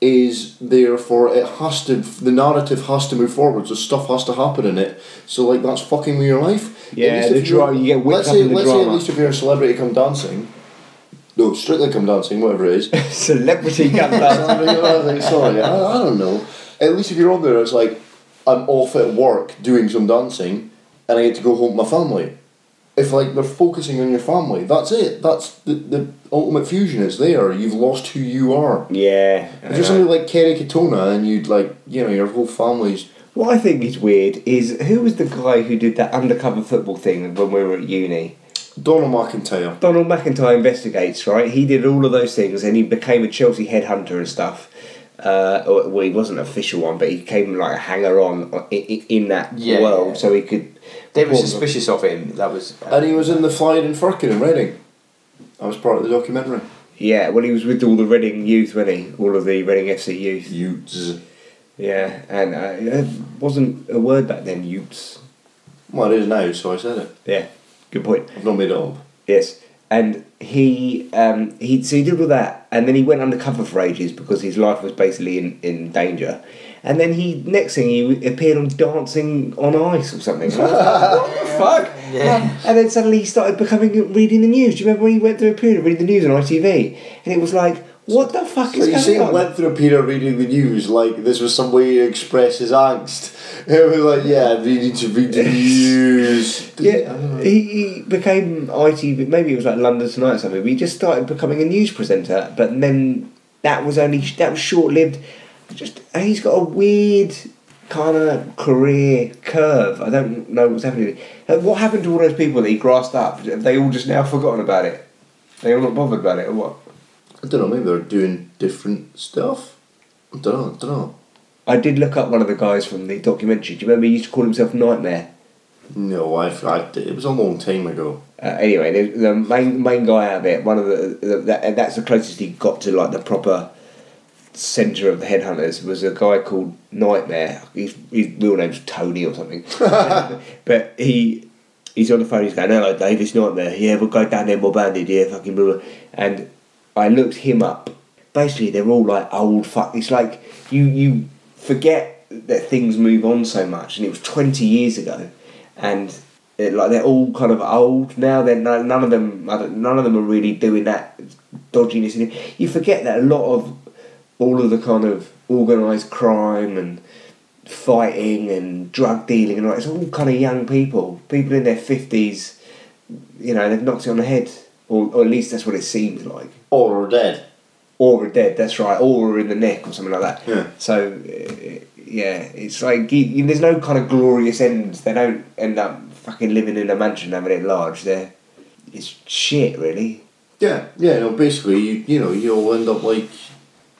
Speaker 2: is therefore it has to the narrative has to move forward. So stuff has to happen in it. So like that's fucking with your life. At
Speaker 1: Yeah,
Speaker 2: least
Speaker 1: the
Speaker 2: if you're-
Speaker 1: dra- you get whipped
Speaker 2: let's
Speaker 1: up
Speaker 2: say,
Speaker 1: in the
Speaker 2: let's say
Speaker 1: drama.
Speaker 2: at least if you're a celebrity come dancing, no, strictly come dancing, whatever it is.
Speaker 1: Celebrity
Speaker 2: So I'm like, oh, I was like, sorry, I, I don't know. At least if you're on there, it's like I'm off at work doing some dancing, and I get to go home with my family. If like they're focusing on your family, that's it. That's the, the ultimate fusion. It's there. You've lost who you are.
Speaker 1: yeah.
Speaker 2: If you're somebody like Kerry Katona, and you'd like you know your whole family's
Speaker 1: What I think is weird is who was the guy who did that undercover football thing when we were at uni?
Speaker 2: Donald McIntyre.
Speaker 1: Donald McIntyre investigates, right? He did all of those things, and he became a Chelsea headhunter and stuff. Uh, or- well, he wasn't an official one, but he came like a hanger on i- i- in that
Speaker 3: Yeah,
Speaker 1: world,
Speaker 3: yeah.
Speaker 1: so he could.
Speaker 3: They were
Speaker 1: Well,
Speaker 3: suspicious of him. That was. uh,
Speaker 2: And he was in the flying in Firkin in Reading. I was part of the documentary.
Speaker 1: Yeah, well, he was with all the Reading youth, wasn't he? All of the Reading FC youth.
Speaker 2: Utes.
Speaker 1: Yeah, and uh, it wasn't a word back then, youths.
Speaker 2: Well, it is now, so I said it.
Speaker 1: Yeah, good point.
Speaker 2: I've not made it up.
Speaker 1: Yes. and he um, he so he did all that, and then he went undercover for ages because his life was basically in, in danger. And then he next thing he appeared on Dancing on Ice or
Speaker 2: [laughs]
Speaker 1: something. And I was like, what the fuck? Um,
Speaker 3: Yeah.
Speaker 1: And then suddenly he started becoming reading the news. Do you remember when he went through a period of reading the news on ITV? And it was like, what the fuck
Speaker 2: So
Speaker 1: is
Speaker 2: you
Speaker 1: going
Speaker 2: see,
Speaker 1: on?
Speaker 2: went through a period of reading the news like this was some way to express his angst. [laughs] It was like, yeah, we need to read the news.
Speaker 1: Yeah, he, he became ITV. Maybe it was like London Tonight or something. But he just started becoming a news presenter, but then that was only that was short lived. Just and he's got a weird kind of career curve. I don't know what's happening. Like, what happened to all those people that he grassed up? Have they all just now forgotten about it? They all not bothered about it or what?
Speaker 2: I don't know. Maybe they're doing different stuff. I don't know. I don't know.
Speaker 1: I did look up one of the guys from the documentary. Do you remember he used to call himself Nightmare?
Speaker 2: No, I, I it was a long time ago.
Speaker 1: Uh, anyway, the, the main main guy out of it, one of the, the that, and that's the closest he got to like the proper center of the headhunters was a guy called Nightmare. His, his real name's Tony or something, but he he's on the phone. He's going, "Hello, Dave, it's Nightmare. Yeah, we'll go down there more banded. Yeah, fucking blah, blah." And I looked him up. Basically, they're all like old fuck. It's like you you forget that things move on so much, and it was twenty years ago, and it, like they're all kind of old now. They're no- none of them I don't- none of them are really doing that dodginess. And you forget that a lot of all of the kind of organised crime and fighting and drug dealing and all that, it's all kind of young people, people in their fifties. You know, they've knocked it on the head, or, or at least that's what it seems like
Speaker 2: Or are dead.
Speaker 1: or are dead. That's right, or are in the neck or something like that.
Speaker 2: Yeah.
Speaker 1: So uh, yeah, it's like you, you- there's no kind of glorious ends. They don't end up fucking living in a mansion having it large. They're it's shit really.
Speaker 2: Yeah, yeah. No, basically, you you know, you'll end up like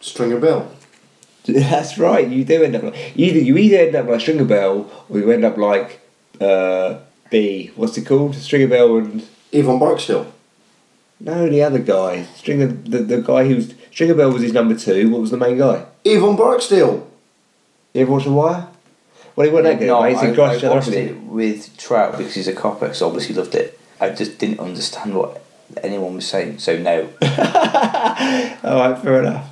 Speaker 2: Stringer Bell.
Speaker 1: [laughs] That's right. You do end up like, either you either end up like Stringer Bell or you end up like uh, B. What's it called? Stringer Bell and
Speaker 2: Avon Barksdale.
Speaker 1: no, the other guy. Stringer, the, the guy who was Stringer Bell was his number two. What was the main guy?
Speaker 2: Avon Barksdale.
Speaker 1: You ever watch The Wire? Well, he wasn't that good.
Speaker 3: No,
Speaker 1: mate.
Speaker 3: I,
Speaker 1: He's in
Speaker 3: I
Speaker 1: Christchurch,
Speaker 3: watched
Speaker 1: isn't he?
Speaker 3: it with Trout because he's a copper, so obviously loved it. I just didn't understand what anyone was saying, so no.
Speaker 1: All right, fair enough.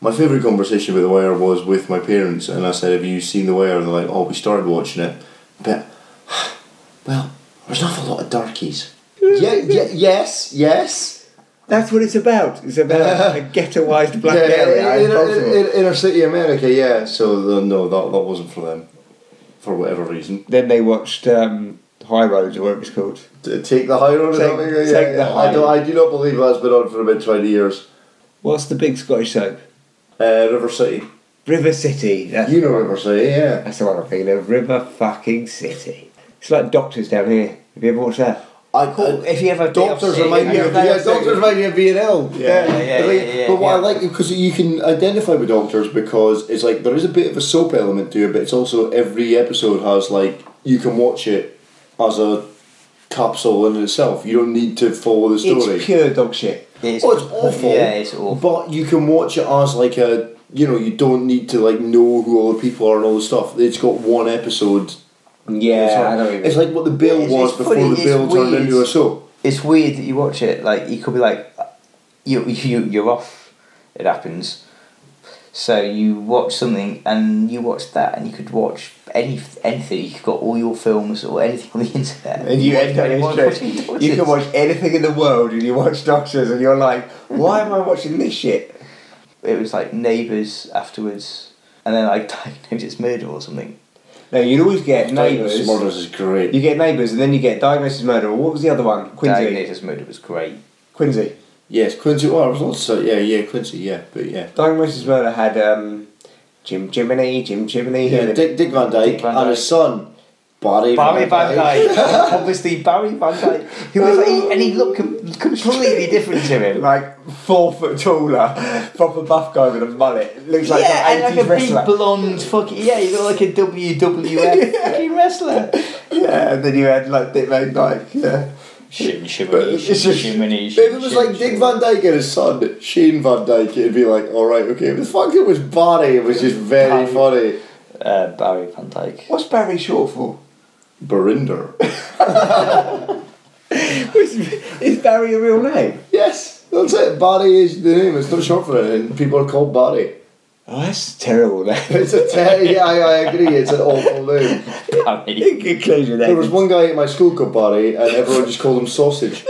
Speaker 2: My favourite conversation about The Wire was with my parents, and I said, Have you seen The Wire? And they're like, Oh, we started watching it. But, [sighs] well, there's not a lot of darkies. yeah, yeah, yes, yes.
Speaker 1: That's what it's about. It's about a ghettoised black
Speaker 2: Yeah,
Speaker 1: area in
Speaker 2: in, in,
Speaker 1: Baltimore.
Speaker 2: in, inner city America, yeah. So, uh, no, that, that wasn't for them. For whatever reason.
Speaker 1: Then they watched um, High Roads, or whatever it's called.
Speaker 2: T- Take the high road. or
Speaker 1: Take-
Speaker 2: something? yeah,
Speaker 1: take the
Speaker 2: yeah.
Speaker 1: high
Speaker 2: I, don't, I do not believe that's been on for about 20 years.
Speaker 1: What's the big Scottish soap?
Speaker 2: Uh, River City.
Speaker 1: River City. That's,
Speaker 2: You know River City, yeah.
Speaker 1: that's the one I'm thinking of. River fucking City. It's like Doctors down here. Have you ever watched that?
Speaker 2: I
Speaker 3: Cool. If you ever
Speaker 2: Doctors
Speaker 3: yeah,
Speaker 2: remind me
Speaker 3: yeah,
Speaker 2: of
Speaker 3: yeah,
Speaker 2: yeah,
Speaker 3: yeah.
Speaker 2: doctors remind me of being ill.
Speaker 3: Yeah, yeah,
Speaker 2: But like-
Speaker 3: yeah, yeah,
Speaker 2: But what I
Speaker 3: yeah.
Speaker 2: like because you can identify with doctors because it's like there is a bit of a soap element to it, but it's also every episode has like you can watch it as a capsule in itself. You don't need to follow the story.
Speaker 1: It's pure dog shit.
Speaker 3: It's,
Speaker 2: oh, [laughs] it's awful.
Speaker 3: Yeah, it's awful.
Speaker 2: But you can watch it as like a you know you don't need to like know who all the people are and all the stuff. It's got one episode.
Speaker 1: Yeah,
Speaker 2: it's, like,
Speaker 1: I know what you mean.
Speaker 2: it's like what the bill
Speaker 3: It's-
Speaker 2: was
Speaker 3: it's
Speaker 2: before
Speaker 3: funny,
Speaker 2: the
Speaker 3: it's
Speaker 2: bill turned
Speaker 3: weird.
Speaker 2: into a soap.
Speaker 3: it's weird that you watch it. Like you could be like, you you you're off. It happens. So you watch something and you watch that, and you could watch any anything. You've got all your films or anything on the [laughs] internet.
Speaker 1: And you
Speaker 3: watch
Speaker 1: end up in
Speaker 3: everyone
Speaker 1: stress.
Speaker 3: watching Doctors.
Speaker 1: You can watch anything in the world and you watch Doctors and you're like, why am I watching this shit?
Speaker 3: It was like neighbours afterwards, and then like [laughs] diagnosed it's murder or something.
Speaker 1: No, you'd always get
Speaker 2: Neighbours.
Speaker 1: neighbours.
Speaker 2: Murders is great.
Speaker 1: You get neighbours and then you get diagnosis murder. What was the other one? Quincy.
Speaker 3: Diagnosed as murder was great.
Speaker 1: Quincy.
Speaker 2: Yes, Quincy. Oh, I was also yeah, yeah, Quincy. Yeah, but yeah,
Speaker 1: Diagnosis Murder had um, Jim Jiminy, Jim Jiminy.
Speaker 2: yeah. Dick, Dick Van Dyke
Speaker 3: Dick Van
Speaker 2: and his son Barry.
Speaker 3: Barry Van Dyke, [laughs] obviously Barry Van Dyke, who was like, and he looked com- completely different to him.
Speaker 1: Like four foot taller, [laughs] proper buff guy with a mullet. Looks like
Speaker 3: yeah,
Speaker 1: an 80s
Speaker 3: and like a
Speaker 1: wrestler.
Speaker 3: big blonde fucking yeah, you look like a
Speaker 2: [laughs]
Speaker 3: WWF fucking wrestler.
Speaker 1: yeah, and then you had like Dick Van Dyke. Yeah.
Speaker 3: Shim shimmy,
Speaker 2: But it's just- If it was like Dick Van Dyke and his son Shane Van Dyke, it'd be like, all right, okay. But the fact it was Barry, it was just very
Speaker 3: Barry.
Speaker 2: funny.
Speaker 3: uh, Barry Van Dyke.
Speaker 1: What's Barry short for?
Speaker 2: Barinder.
Speaker 1: Is Barry a real name?
Speaker 2: [laughs] Yes, that's it. Barry is the name. It's not short for it, and people are called Barry.
Speaker 1: Oh, that's a terrible [laughs] name.
Speaker 2: It's a te- yeah, I, I agree. It's an awful name.
Speaker 3: Barry.
Speaker 1: It could close your
Speaker 2: There
Speaker 1: name.
Speaker 2: was one guy at my school called Barry, and everyone just called him Sausage.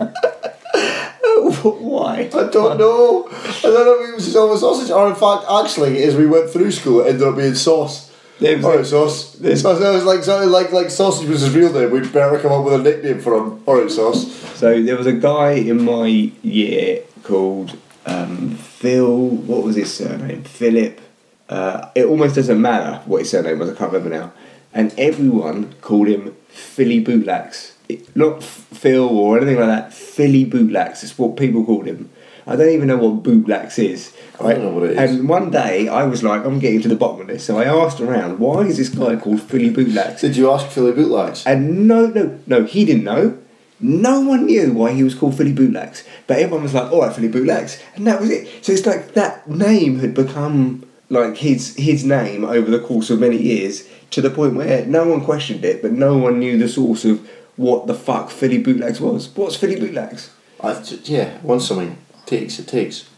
Speaker 1: [laughs] Why?
Speaker 2: I don't know. I don't know if he was just always Sausage, or in fact, actually, as we went through school, it ended up being Sauce.
Speaker 1: There was-
Speaker 2: All right, Sauce.
Speaker 1: There's-
Speaker 2: So I was like, so like, like Sausage was his real name. We'd better come up with a nickname for him. All right, Sauce.
Speaker 1: So there was a guy in my year called um, Phil. What was his surname? Philip. Uh, it almost doesn't matter what his surname was. I can't remember now. And everyone called him Philly Bootlax. It- not Phil or anything like that. Philly Bootlax. It's what people called him. I don't even know what bootlax is.
Speaker 2: I don't know what it is.
Speaker 1: And one day I was like, I'm getting to the bottom of this. So I asked around, why is this guy called Philly Bootlax?
Speaker 2: Did you ask Philly Bootlags?
Speaker 1: And no, no, no, he didn't know. No one knew why he was called Philly Bootlegs, but everyone was like, "All right, Philly Bootlegs," and that was it. So it's like that name had become like his his name over the course of many years to the point where no one questioned it, but no one knew the source of what the fuck Philly Bootlegs was. What's Philly Bootlegs?
Speaker 2: I th- yeah, once something takes, it takes.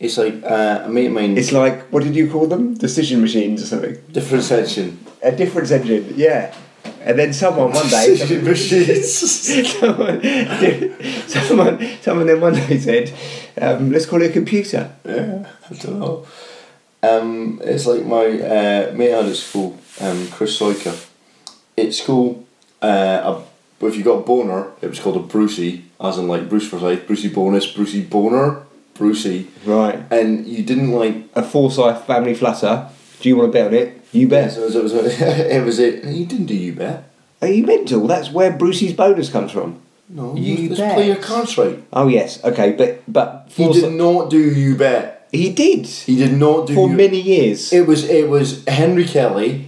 Speaker 2: It's like uh, a mate of mine,
Speaker 1: It's like what did you call them? Decision machines or something?
Speaker 2: different section.
Speaker 1: A difference engine, yeah. And then someone one
Speaker 2: [laughs]
Speaker 1: day. [laughs]
Speaker 2: Decision machines.
Speaker 1: someone, someone, someone then one day said, um, let's call it a computer.
Speaker 2: yeah, I don't know. Um, it's like my uh, mate I had at school, um, Chris Soika. At school, uh, a, if you got a boner, it was called a Brucey, as in like Bruce Forsyth, Brucey bonus, Brucey boner, Brucey.
Speaker 1: Right.
Speaker 2: And you didn't like
Speaker 1: A Forsyth family flutter. Do you want to bet on it? You
Speaker 2: yeah,
Speaker 1: bet.
Speaker 2: so it was it was [laughs] it was it. You didn't do you bet.
Speaker 1: Are you mental? That's where Brucey's bonus comes from.
Speaker 2: No,
Speaker 4: You
Speaker 2: let's
Speaker 4: bet.
Speaker 2: play your cards right.
Speaker 1: Oh yes, okay, but but
Speaker 2: He
Speaker 1: Forsyth,
Speaker 2: did not do you bet.
Speaker 1: he did
Speaker 2: He did not do.
Speaker 1: for
Speaker 2: you,
Speaker 1: many years.
Speaker 2: It was it was Henry Kelly.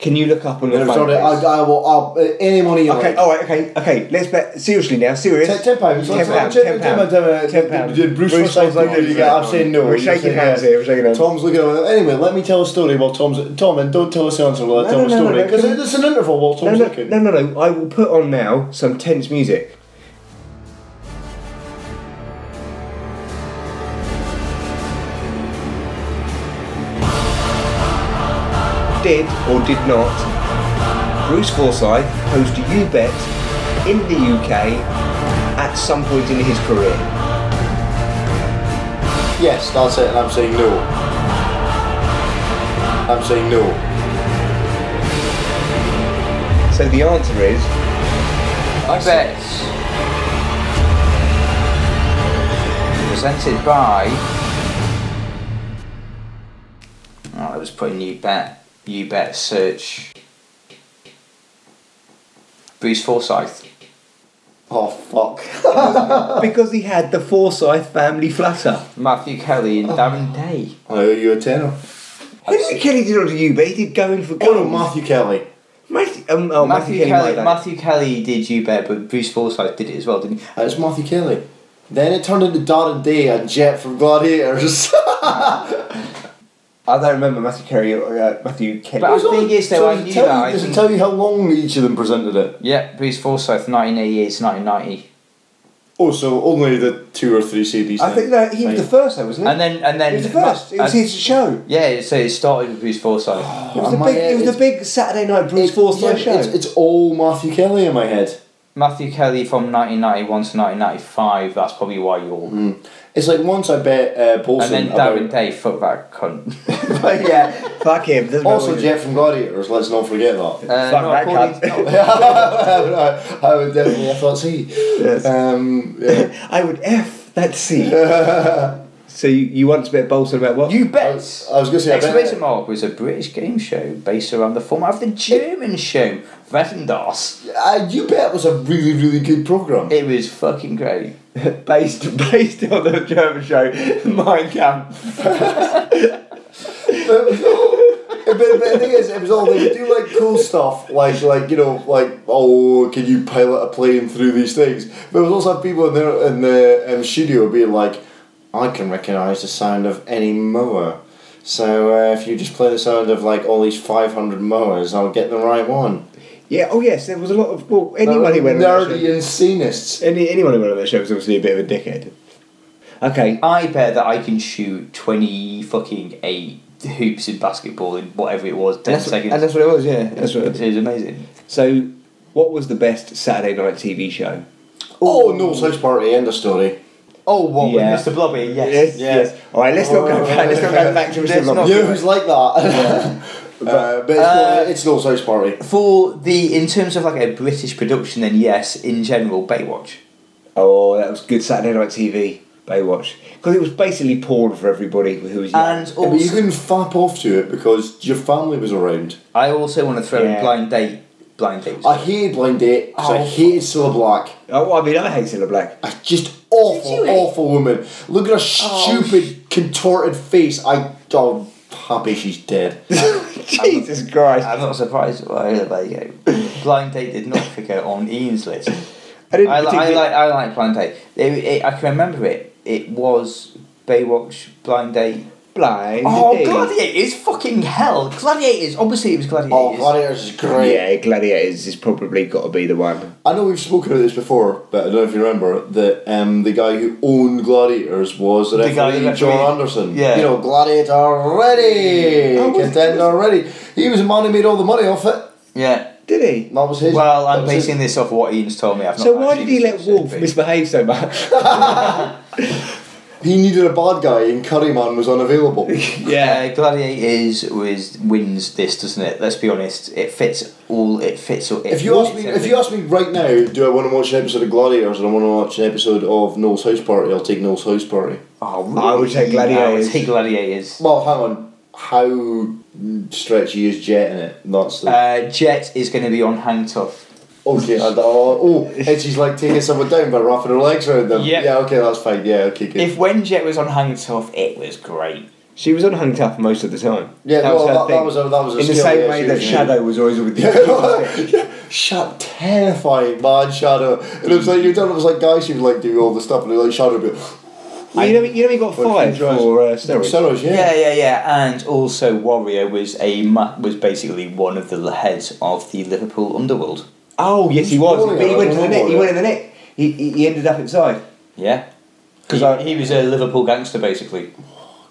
Speaker 1: Can you look up on
Speaker 2: And
Speaker 1: the
Speaker 2: it was
Speaker 1: phone?
Speaker 2: on it. I,
Speaker 1: please?
Speaker 2: I will. I'll, any money. you
Speaker 1: Okay,
Speaker 2: like.
Speaker 1: all right, okay, okay. Let's bet seriously now. Serious.
Speaker 2: Ten, ten pounds.
Speaker 1: Ten pounds. Ten pounds. Ten pounds.
Speaker 2: Bruce
Speaker 1: Bruce
Speaker 2: Forsyth's like,
Speaker 1: Forsyth,
Speaker 2: no, you get- I'm saying no.
Speaker 1: We're
Speaker 2: You're
Speaker 1: shaking
Speaker 2: saying
Speaker 1: hands
Speaker 2: yes.
Speaker 1: here, we're shaking hands.
Speaker 2: Tom's looking at it. Anyway, let me tell a story while Tom's. Tom, and don't tell us the answer while
Speaker 1: No,
Speaker 2: I tell
Speaker 1: no,
Speaker 2: a
Speaker 1: no,
Speaker 2: story.
Speaker 1: no, no.
Speaker 2: Because it's an interval while
Speaker 1: No,
Speaker 2: Tom's
Speaker 1: no,
Speaker 2: looking.
Speaker 1: no, no, no. I will put on now some tense music. Did or did not Bruce Forsyth host a U Bet in the UK at some point in his career?
Speaker 2: Yes, that's it, and I'm saying no. I'm saying no.
Speaker 1: So the answer is
Speaker 3: I bet. Presented by. Oh, I was putting you bet. You bet search. Bruce Forsyth.
Speaker 2: Oh fuck. [laughs]
Speaker 1: because he had the Forsyth family flutter.
Speaker 3: Matthew Kelly
Speaker 2: Oh.
Speaker 3: and Darren Day.
Speaker 2: I owe you a tenner.
Speaker 1: Henry Kelly did not do U Bet. He did going for
Speaker 2: Oh
Speaker 1: gold.
Speaker 2: no, Matthew Kelly.
Speaker 1: Matthew, um, oh, Matthew,
Speaker 3: Matthew,
Speaker 1: Kelly.
Speaker 3: Kelly.
Speaker 1: might have done it.
Speaker 3: Matthew Kelly did you bet, but Bruce Forsyth did it as well, didn't he?
Speaker 2: Uh, It's Matthew Kelly. Then it turned into Darren Day and Jet from Gladiators. [laughs]
Speaker 1: I don't remember Matthew Kelly. Uh, Matthew Kelly.
Speaker 3: But I think it's though, I
Speaker 2: does it
Speaker 3: knew
Speaker 2: tell
Speaker 3: that,
Speaker 2: you-
Speaker 3: I
Speaker 2: Does it
Speaker 3: think-
Speaker 2: tell you how long each of them presented it?
Speaker 3: Yeah, Bruce Forsyth, 1988 to 1990.
Speaker 2: Oh, so only the two or three CDs.
Speaker 1: I think that he was the first, though, wasn't he?
Speaker 3: And then, and then.
Speaker 1: he was the first. It was
Speaker 3: and-
Speaker 1: his show.
Speaker 3: Yeah, so it started with Bruce Forsyth.
Speaker 1: [sighs] It was,
Speaker 2: Oh,
Speaker 1: the
Speaker 2: my
Speaker 1: big, it was
Speaker 2: head.
Speaker 1: the big Saturday night Bruce Forsyth show.
Speaker 2: It's, it's all Matthew Kelly in my head.
Speaker 3: Matthew Kelly from 1991 to 1995, that's probably why
Speaker 1: Mm.
Speaker 3: you're.
Speaker 2: It's like once I bet uh,
Speaker 3: and
Speaker 2: Paulson
Speaker 3: then
Speaker 2: about.
Speaker 3: Darren Day, fuck that
Speaker 1: [laughs]
Speaker 3: cunt.
Speaker 1: But yeah, fuck him. doesn't matter
Speaker 2: also,
Speaker 1: what he-
Speaker 2: Jet from Gladiators. Let's not forget that.
Speaker 3: Uh,
Speaker 1: Fuck
Speaker 3: no,
Speaker 1: that
Speaker 3: according-
Speaker 1: cunt. [laughs]
Speaker 3: no,
Speaker 2: [laughs] I, I would definitely. I thought, see.
Speaker 1: Yes.
Speaker 2: Um, yeah.
Speaker 1: I would F that [laughs] C. so you, you once bet Bolton about what?
Speaker 3: you
Speaker 2: I
Speaker 3: bet!
Speaker 2: was, I was going to say. I
Speaker 3: Exclamation
Speaker 2: bet,
Speaker 3: mark was a British game show based around the format of the German show, Wettendorf.
Speaker 2: uh, you bet was a really, really good program.
Speaker 3: It was fucking great. [laughs]
Speaker 1: based based on the German show Mein Kampf.
Speaker 2: but, it was all- but, but the thing is, it was all they would do like cool stuff, like like you know, like oh, can you pilot a plane through these things? But it was also people in there in the um, studio being like, I can recognize the sound of any mower. So uh, if you just play the sound of like all these five hundred mowers, I'll get the right one.
Speaker 1: Yeah. Oh yes, there was a lot of well anyone who went on that
Speaker 2: nerdy
Speaker 1: show.
Speaker 2: insanists.
Speaker 1: Any anyone who went on that show was obviously a bit of a dickhead. Okay.
Speaker 3: I bet that I can shoot twenty fucking eight hoops in basketball in whatever it was, ten
Speaker 1: And that's,
Speaker 3: seconds.
Speaker 1: and that's what it was. Yeah. That's what it
Speaker 3: it
Speaker 1: was.
Speaker 3: is amazing.
Speaker 1: So, what was the best Saturday night TV show?
Speaker 2: Oh, Noel's house party. End of story.
Speaker 3: Oh, what
Speaker 1: Yeah.
Speaker 3: with Mr. Blobby? Yes.
Speaker 2: yes.
Speaker 1: All right. Let's not go
Speaker 2: Oh.
Speaker 1: back. Let's not go back to Mr.
Speaker 3: Let's not-
Speaker 1: Blobby.
Speaker 2: You who's like that? [laughs] uh, but it's,
Speaker 3: Uh,
Speaker 2: Noel- it's Noel's house party.
Speaker 3: For the in terms of like a British production, then yes, in general, Baywatch.
Speaker 1: Oh, that was good Saturday night TV. Baywatch, because it was basically porn for everybody who was young.
Speaker 3: And
Speaker 2: Yeah, but you
Speaker 3: also,
Speaker 2: couldn't fap off to it because your family was around.
Speaker 3: I also want to throw
Speaker 1: Yeah.
Speaker 3: in blind date. Blind date.
Speaker 2: I hated Blind Date because I
Speaker 3: Oh.
Speaker 2: hated Cilla Black.
Speaker 1: oh, well, I mean, I hate Cilla
Speaker 2: [laughs]
Speaker 1: Black.
Speaker 2: A just awful, awful woman. Look at her
Speaker 3: Oh.
Speaker 2: stupid, contorted face. I, I'm happy she's dead.
Speaker 1: Jesus Christ!
Speaker 3: I'm not surprised. Well, there you go. Blind date did not figure on Ian's list.
Speaker 1: I didn't
Speaker 3: I, li- I
Speaker 1: particularly-
Speaker 3: like I like Blind Date. It, it, I can remember it. It was Baywatch, Blind Date.
Speaker 1: Blind.
Speaker 3: Oh,
Speaker 1: Date.
Speaker 3: Gladiators! Fucking hell, Gladiators! Obviously, it was Gladiators.
Speaker 2: Oh, Gladiators is great.
Speaker 1: Yeah, Gladiators has probably got to be the one.
Speaker 2: I know we've spoken about this before, but I don't know if you remember that um, the guy who owned Gladiators was the
Speaker 3: The
Speaker 2: referee,
Speaker 3: guy who refereed-
Speaker 2: John Anderson.
Speaker 3: Yeah.
Speaker 2: You know, Gladiator ready,
Speaker 1: Oh, was-
Speaker 2: contender ready. He was the man who made all the money off it.
Speaker 3: yeah.
Speaker 1: Did he?
Speaker 2: That was his.
Speaker 3: Well,
Speaker 2: that
Speaker 3: I'm
Speaker 2: was his-
Speaker 3: basing this off what Ian's told me. I've not
Speaker 1: So why did
Speaker 3: actually
Speaker 1: he let
Speaker 3: seen
Speaker 1: Wolf
Speaker 3: it.
Speaker 1: misbehave so much? [laughs]
Speaker 2: He needed a bad guy, and Curryman was unavailable.
Speaker 1: yeah.
Speaker 3: Uh, Gladiators was wins this, doesn't it? Let's be honest. It fits all. It fits all. It
Speaker 2: If you ask
Speaker 3: fits
Speaker 2: me, if
Speaker 3: everything.
Speaker 2: you ask me right now, do I want to watch an episode of Gladiators or I want to watch an episode of Noel's House Party? I'll take Noel's House Party.
Speaker 3: oh,
Speaker 1: I would take
Speaker 3: I would
Speaker 1: Gladiators.
Speaker 3: take Gladiators.
Speaker 2: Well, hang on. How stretchy is Jet in it? That's the
Speaker 3: Uh, Jet is going to be on Hang Tough.
Speaker 2: okay. And, oh, oh, and she's like taking someone down by wrapping her legs around them.
Speaker 3: Yep.
Speaker 2: Yeah. Okay, that's fine. Yeah. Okay. Good.
Speaker 3: If when Jet was on Hang Tough, it was great.
Speaker 1: She was on Hung Tough most of the time.
Speaker 2: yeah.
Speaker 1: that
Speaker 2: no,
Speaker 1: was her
Speaker 2: that,
Speaker 1: thing.
Speaker 2: that was a, that was a
Speaker 1: In the
Speaker 2: skill,
Speaker 1: same
Speaker 2: yeah,
Speaker 1: way
Speaker 2: she
Speaker 1: that
Speaker 2: was-
Speaker 1: Shadow was always
Speaker 2: [laughs]
Speaker 1: with the
Speaker 2: yeah, shut terrifying man, Shadow. And it was like you're done. It was like guys who like do all the stuff, and they're like Shadow. would Be,
Speaker 1: You know, you know, he got
Speaker 2: Well,
Speaker 1: fired
Speaker 2: she drives-
Speaker 1: for uh, steroids.
Speaker 2: Steroids,
Speaker 3: Yeah, yeah, yeah. And also, Warrior was a ma- was basically one of the heads of the Liverpool underworld.
Speaker 1: oh yes, he was.
Speaker 2: Warrior,
Speaker 1: but he went to the
Speaker 2: Warrior.
Speaker 1: net. He went in the net. He, he, he ended up inside.
Speaker 3: Yeah,
Speaker 1: 'Cause
Speaker 3: because
Speaker 1: I-
Speaker 3: he, he was a Liverpool gangster basically.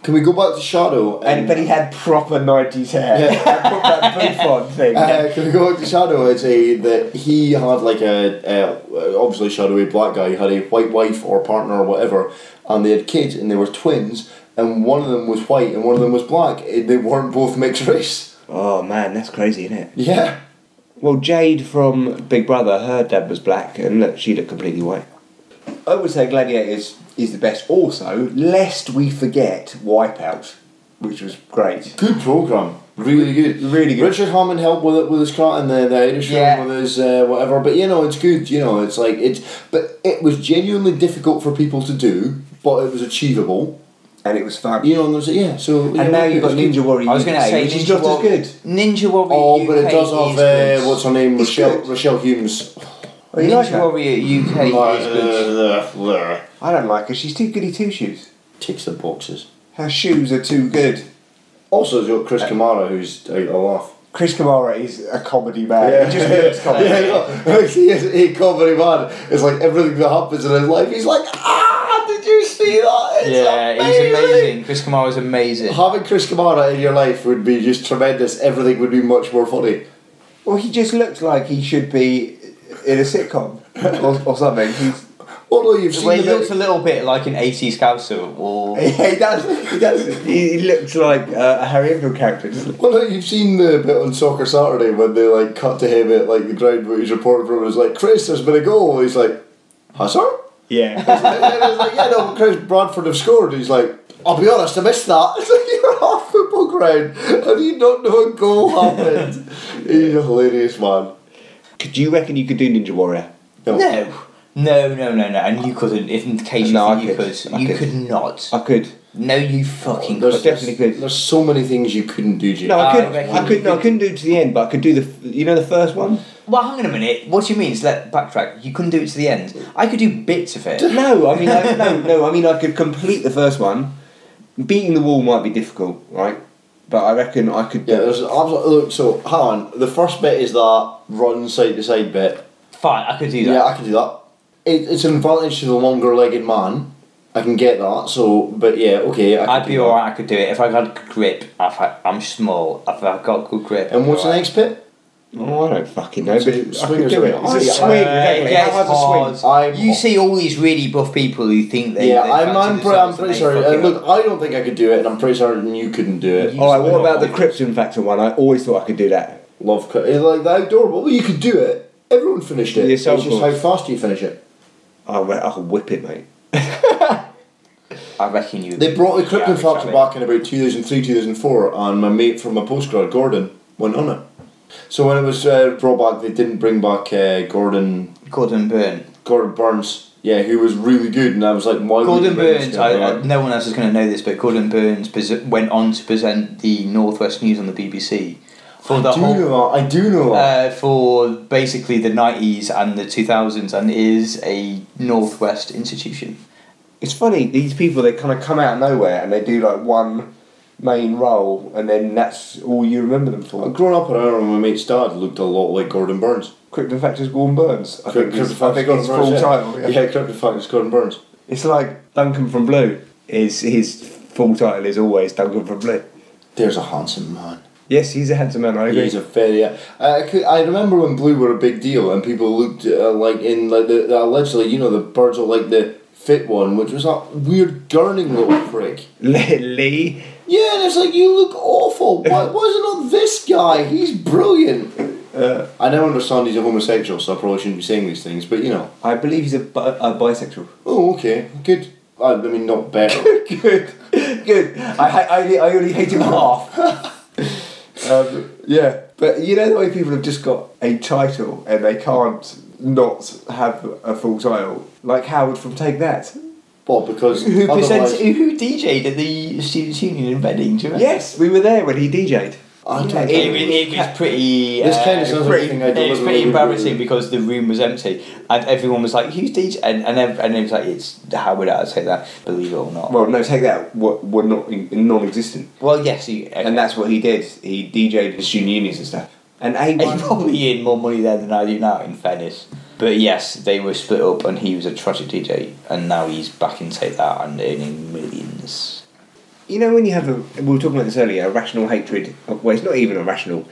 Speaker 2: Can we go back to Shadow?
Speaker 1: And but he had proper nineties hair. [laughs]
Speaker 2: Yeah.
Speaker 1: Put that boof on thing.
Speaker 2: Uh, can we go back to Shadow and say that he had like a uh, obviously shadowy black guy had a white wife or partner or whatever, and they had kids and they were twins, and one of them was white and one of them was black. Eh, They weren't both mixed [laughs] race.
Speaker 1: oh man, that's crazy, isn't it?
Speaker 2: Yeah.
Speaker 1: Well, Jade from Big Brother, her dad was black, and look, she looked completely white. I would say Gladiators is the best. Also, lest we forget Wipeout, which was great.
Speaker 2: Good program. Really good.
Speaker 1: Really good.
Speaker 2: Richard Hammond helped with it with his crot and the, the Irish
Speaker 3: Yeah.
Speaker 2: film with his uh, whatever. But you know, it's good. You know, it's like it's. But it was genuinely difficult for people to do, but it was achievable.
Speaker 1: And it was fun.
Speaker 2: You know, and there's yeah. So you
Speaker 1: and
Speaker 2: know,
Speaker 1: now
Speaker 2: it
Speaker 1: you've got
Speaker 2: was good.
Speaker 1: Ninja Warrior.
Speaker 3: I was going to
Speaker 1: UK,
Speaker 3: say
Speaker 1: which is
Speaker 3: Ninja
Speaker 1: just
Speaker 3: Warrior.
Speaker 1: as good.
Speaker 3: Ninja Warrior.
Speaker 2: Oh, but it
Speaker 3: UK
Speaker 2: does
Speaker 3: is
Speaker 2: have uh,
Speaker 3: good.
Speaker 2: what's her name?
Speaker 1: It's
Speaker 2: Rochelle
Speaker 1: good.
Speaker 2: Rochelle Humes.
Speaker 1: Oh, you like
Speaker 3: Ninja
Speaker 1: her?
Speaker 3: Warrior UK is
Speaker 2: uh,
Speaker 3: good.
Speaker 1: I don't like her. She's too goody two shoes.
Speaker 2: Ticks the boxes.
Speaker 1: Her shoes are too good.
Speaker 2: Also, it's got Chris
Speaker 3: Uh,
Speaker 2: Kamara, who's out a laugh.
Speaker 1: Chris Kamara is a comedy man.
Speaker 3: [laughs]
Speaker 2: Yeah,
Speaker 1: He just looks [laughs] comedy.
Speaker 2: [laughs] yeah, I know. he is a comedy man. It's like everything that happens in his life. He's like, ah, did you see that? It's
Speaker 3: Yeah, he's amazing. Chris Kamara is amazing.
Speaker 2: Having Chris Kamara in your life would be just tremendous. Everything would be much more funny.
Speaker 1: Well, he just looks like he should be in a sitcom or, or something. He's, [laughs]
Speaker 2: Although you've
Speaker 3: Well,
Speaker 2: seen
Speaker 3: he
Speaker 2: the-
Speaker 3: looks a little bit like an 80s scouser. Or
Speaker 1: yeah, he does. He does. He, he looks like uh, a Harry Enfield character. doesn't he?
Speaker 2: Well, no, you've seen the bit on Soccer Saturday when they like cut to him at like the ground where he's reporting from. It's like, Chris, there's been a goal. He's like, Hazard.
Speaker 1: Yeah.
Speaker 2: and then it's like, yeah, no, Chris Bradford have scored. He's like, I'll be honest, I missed that. [laughs] It's like you're half football ground and you don't know a goal
Speaker 3: [laughs]
Speaker 2: happened. he's a hilarious man.
Speaker 1: [laughs] Could you reckon you could do Ninja Warrior?
Speaker 2: No.
Speaker 3: no. No, no, no, no, and you couldn't. If in case you
Speaker 1: No, I
Speaker 3: think you
Speaker 1: could.
Speaker 3: could,
Speaker 1: I
Speaker 3: you
Speaker 1: could.
Speaker 3: could, not.
Speaker 1: I could.
Speaker 3: No, you fucking.
Speaker 2: There's
Speaker 1: I definitely could.
Speaker 2: There's so many things you couldn't do, Jim.
Speaker 1: No, I
Speaker 3: Ah, I
Speaker 1: could.
Speaker 3: reckon
Speaker 1: I
Speaker 3: you
Speaker 1: could. No, I
Speaker 3: could.
Speaker 1: couldn't do it to the end, but I could do the. f- You know the first one.
Speaker 3: Well, hang on a minute. What do you mean? It's let backtrack. You couldn't do it to the end. I could do bits of
Speaker 2: [laughs]
Speaker 3: it.
Speaker 1: No, I mean I, no, no. I mean I could complete the first one. Beating the wall might be difficult, right? but I reckon I could.
Speaker 2: Yeah, there's absolutely look. So, hang on. The first bit is that run side to side bit.
Speaker 3: Fine, I could do
Speaker 2: Yeah,
Speaker 3: that.
Speaker 2: I can do that. It, it's an advantage to the longer legged man. I can get that. So, but yeah, okay. I
Speaker 3: I'd
Speaker 2: could
Speaker 3: be
Speaker 2: do that.
Speaker 3: alright, I could do it. If I've had good grip, if I, I'm small, if I've got good grip.
Speaker 2: And what's
Speaker 3: I'm
Speaker 2: the
Speaker 3: alright.
Speaker 2: next bit?
Speaker 1: Oh, I don't fucking know, but I could
Speaker 2: Swingers,
Speaker 1: do it.
Speaker 2: isn't
Speaker 1: It's
Speaker 2: it?
Speaker 1: a
Speaker 2: Yeah,
Speaker 1: swing.
Speaker 3: Uh,
Speaker 1: exactly.
Speaker 3: yeah,
Speaker 1: How
Speaker 3: it's
Speaker 1: hard's a swing?
Speaker 3: hard.
Speaker 2: I'm-
Speaker 3: you see all these really buff people who think they.
Speaker 2: yeah,
Speaker 3: they fancy
Speaker 2: I'm, I'm, pre- I'm
Speaker 3: themselves
Speaker 2: pretty
Speaker 3: and they
Speaker 2: sorry.
Speaker 3: fuck it
Speaker 2: And
Speaker 3: up.
Speaker 2: look, I don't think I could do it, and I'm pretty certain you couldn't do it.
Speaker 1: All right, what Oh, about the Krypton Factor one? I always thought I could do that.
Speaker 2: Love cut. It's like the outdoor, but well, you could do it. Everyone finished it.
Speaker 1: Yeah,
Speaker 2: It's
Speaker 1: so
Speaker 2: just
Speaker 1: cool.
Speaker 2: how fast you finish it.
Speaker 1: Oh, well, I could whip it, mate.
Speaker 3: I reckon you.
Speaker 2: They brought the Krypton
Speaker 3: Yeah,
Speaker 2: Factor
Speaker 3: exactly.
Speaker 2: back in about 2003, 2004, and my mate from my postgrad, Gordon, went on it. So when it was uh, brought back, they didn't bring back uh, Gordon
Speaker 3: Gordon Byrne.
Speaker 2: Gordon Burns, yeah, who was really good, and I was like, why would
Speaker 3: Gordon
Speaker 2: you bring this
Speaker 3: Burns.
Speaker 2: guy
Speaker 3: I, I,
Speaker 2: back?
Speaker 3: no one else is going to know this, but Gordon Burns pres- went on to present the Northwest News on the BBC for the
Speaker 2: I do
Speaker 3: whole.
Speaker 2: know that. I do know that.
Speaker 3: Uh, for basically the 90s and the 2000s, and is a Northwest institution.
Speaker 1: It's funny, these people, they kind of come out of nowhere and they do like one main role and then that's all you remember them
Speaker 2: Uh,
Speaker 1: for.
Speaker 2: Growing up around my mate's dad looked a lot like Gordon Burns.
Speaker 1: Krypton Factor's Gordon Burns. I think it's,
Speaker 2: Krypton
Speaker 1: I
Speaker 2: Factor's
Speaker 1: think it's
Speaker 2: Gordon
Speaker 1: full
Speaker 2: Burns, yeah.
Speaker 1: title. yeah.
Speaker 2: Yeah, Krypton Factor's Gordon Burns.
Speaker 1: It's like Duncan from Blue. His, his full title is always Duncan from Blue.
Speaker 2: There's a handsome man.
Speaker 1: Yes, he's a handsome man, I agree.
Speaker 2: He's a very. Uh, I, could, I remember when Blue were a big deal, and people looked uh, like in like the, the allegedly, you know, the birds were like the fit one, which was that weird gurning little prick.
Speaker 1: Lee.
Speaker 2: Yeah, and it's like you look
Speaker 3: [laughs]
Speaker 2: awful. Why, why is it not this guy? He's brilliant.
Speaker 1: Uh,
Speaker 2: I now understand he's a homosexual, so I probably shouldn't be saying these things, but you know.
Speaker 1: I believe he's a, bi- a bisexual.
Speaker 2: Oh, okay, good. I, I mean, not better.
Speaker 3: [laughs]
Speaker 1: Good, good. I, ha- I, only- I only hate him half. um, yeah, but you know the way people have just got a title and they can't not have a full title, like Howard from Take That.
Speaker 2: well, because
Speaker 3: Who presents?
Speaker 2: otherwise,
Speaker 3: Who DJ'd at the Students' Union in Reading? Do you remember?
Speaker 1: Yes, we were there when he DJ'd.
Speaker 2: I don't
Speaker 1: Yeah,
Speaker 2: know.
Speaker 3: It, it, it was pretty.
Speaker 2: This
Speaker 3: uh,
Speaker 2: kind of sounds like
Speaker 3: pretty-
Speaker 2: something I don't
Speaker 3: It was
Speaker 2: know
Speaker 3: pretty
Speaker 2: whether we
Speaker 3: embarrassing
Speaker 2: would.
Speaker 3: because the room was empty and everyone was like, "Who's DJ?" and and ev- and it was like, "It's Howard." I say that, believe it or not. Well,
Speaker 1: Well, no, Take That were, were not in, non-existent,
Speaker 3: yes, he, okay.
Speaker 1: and that's what he did. He DJ'd the student unions and stuff. And A
Speaker 3: He
Speaker 1: one.
Speaker 3: probably earned more money there than I do now. In fairness, but yes, they were split up, and he was a tragic DJ, and now he's back in take that and earning millions.
Speaker 1: You know when you have a we were talking about this earlier, a rational hatred well it's not even irrational.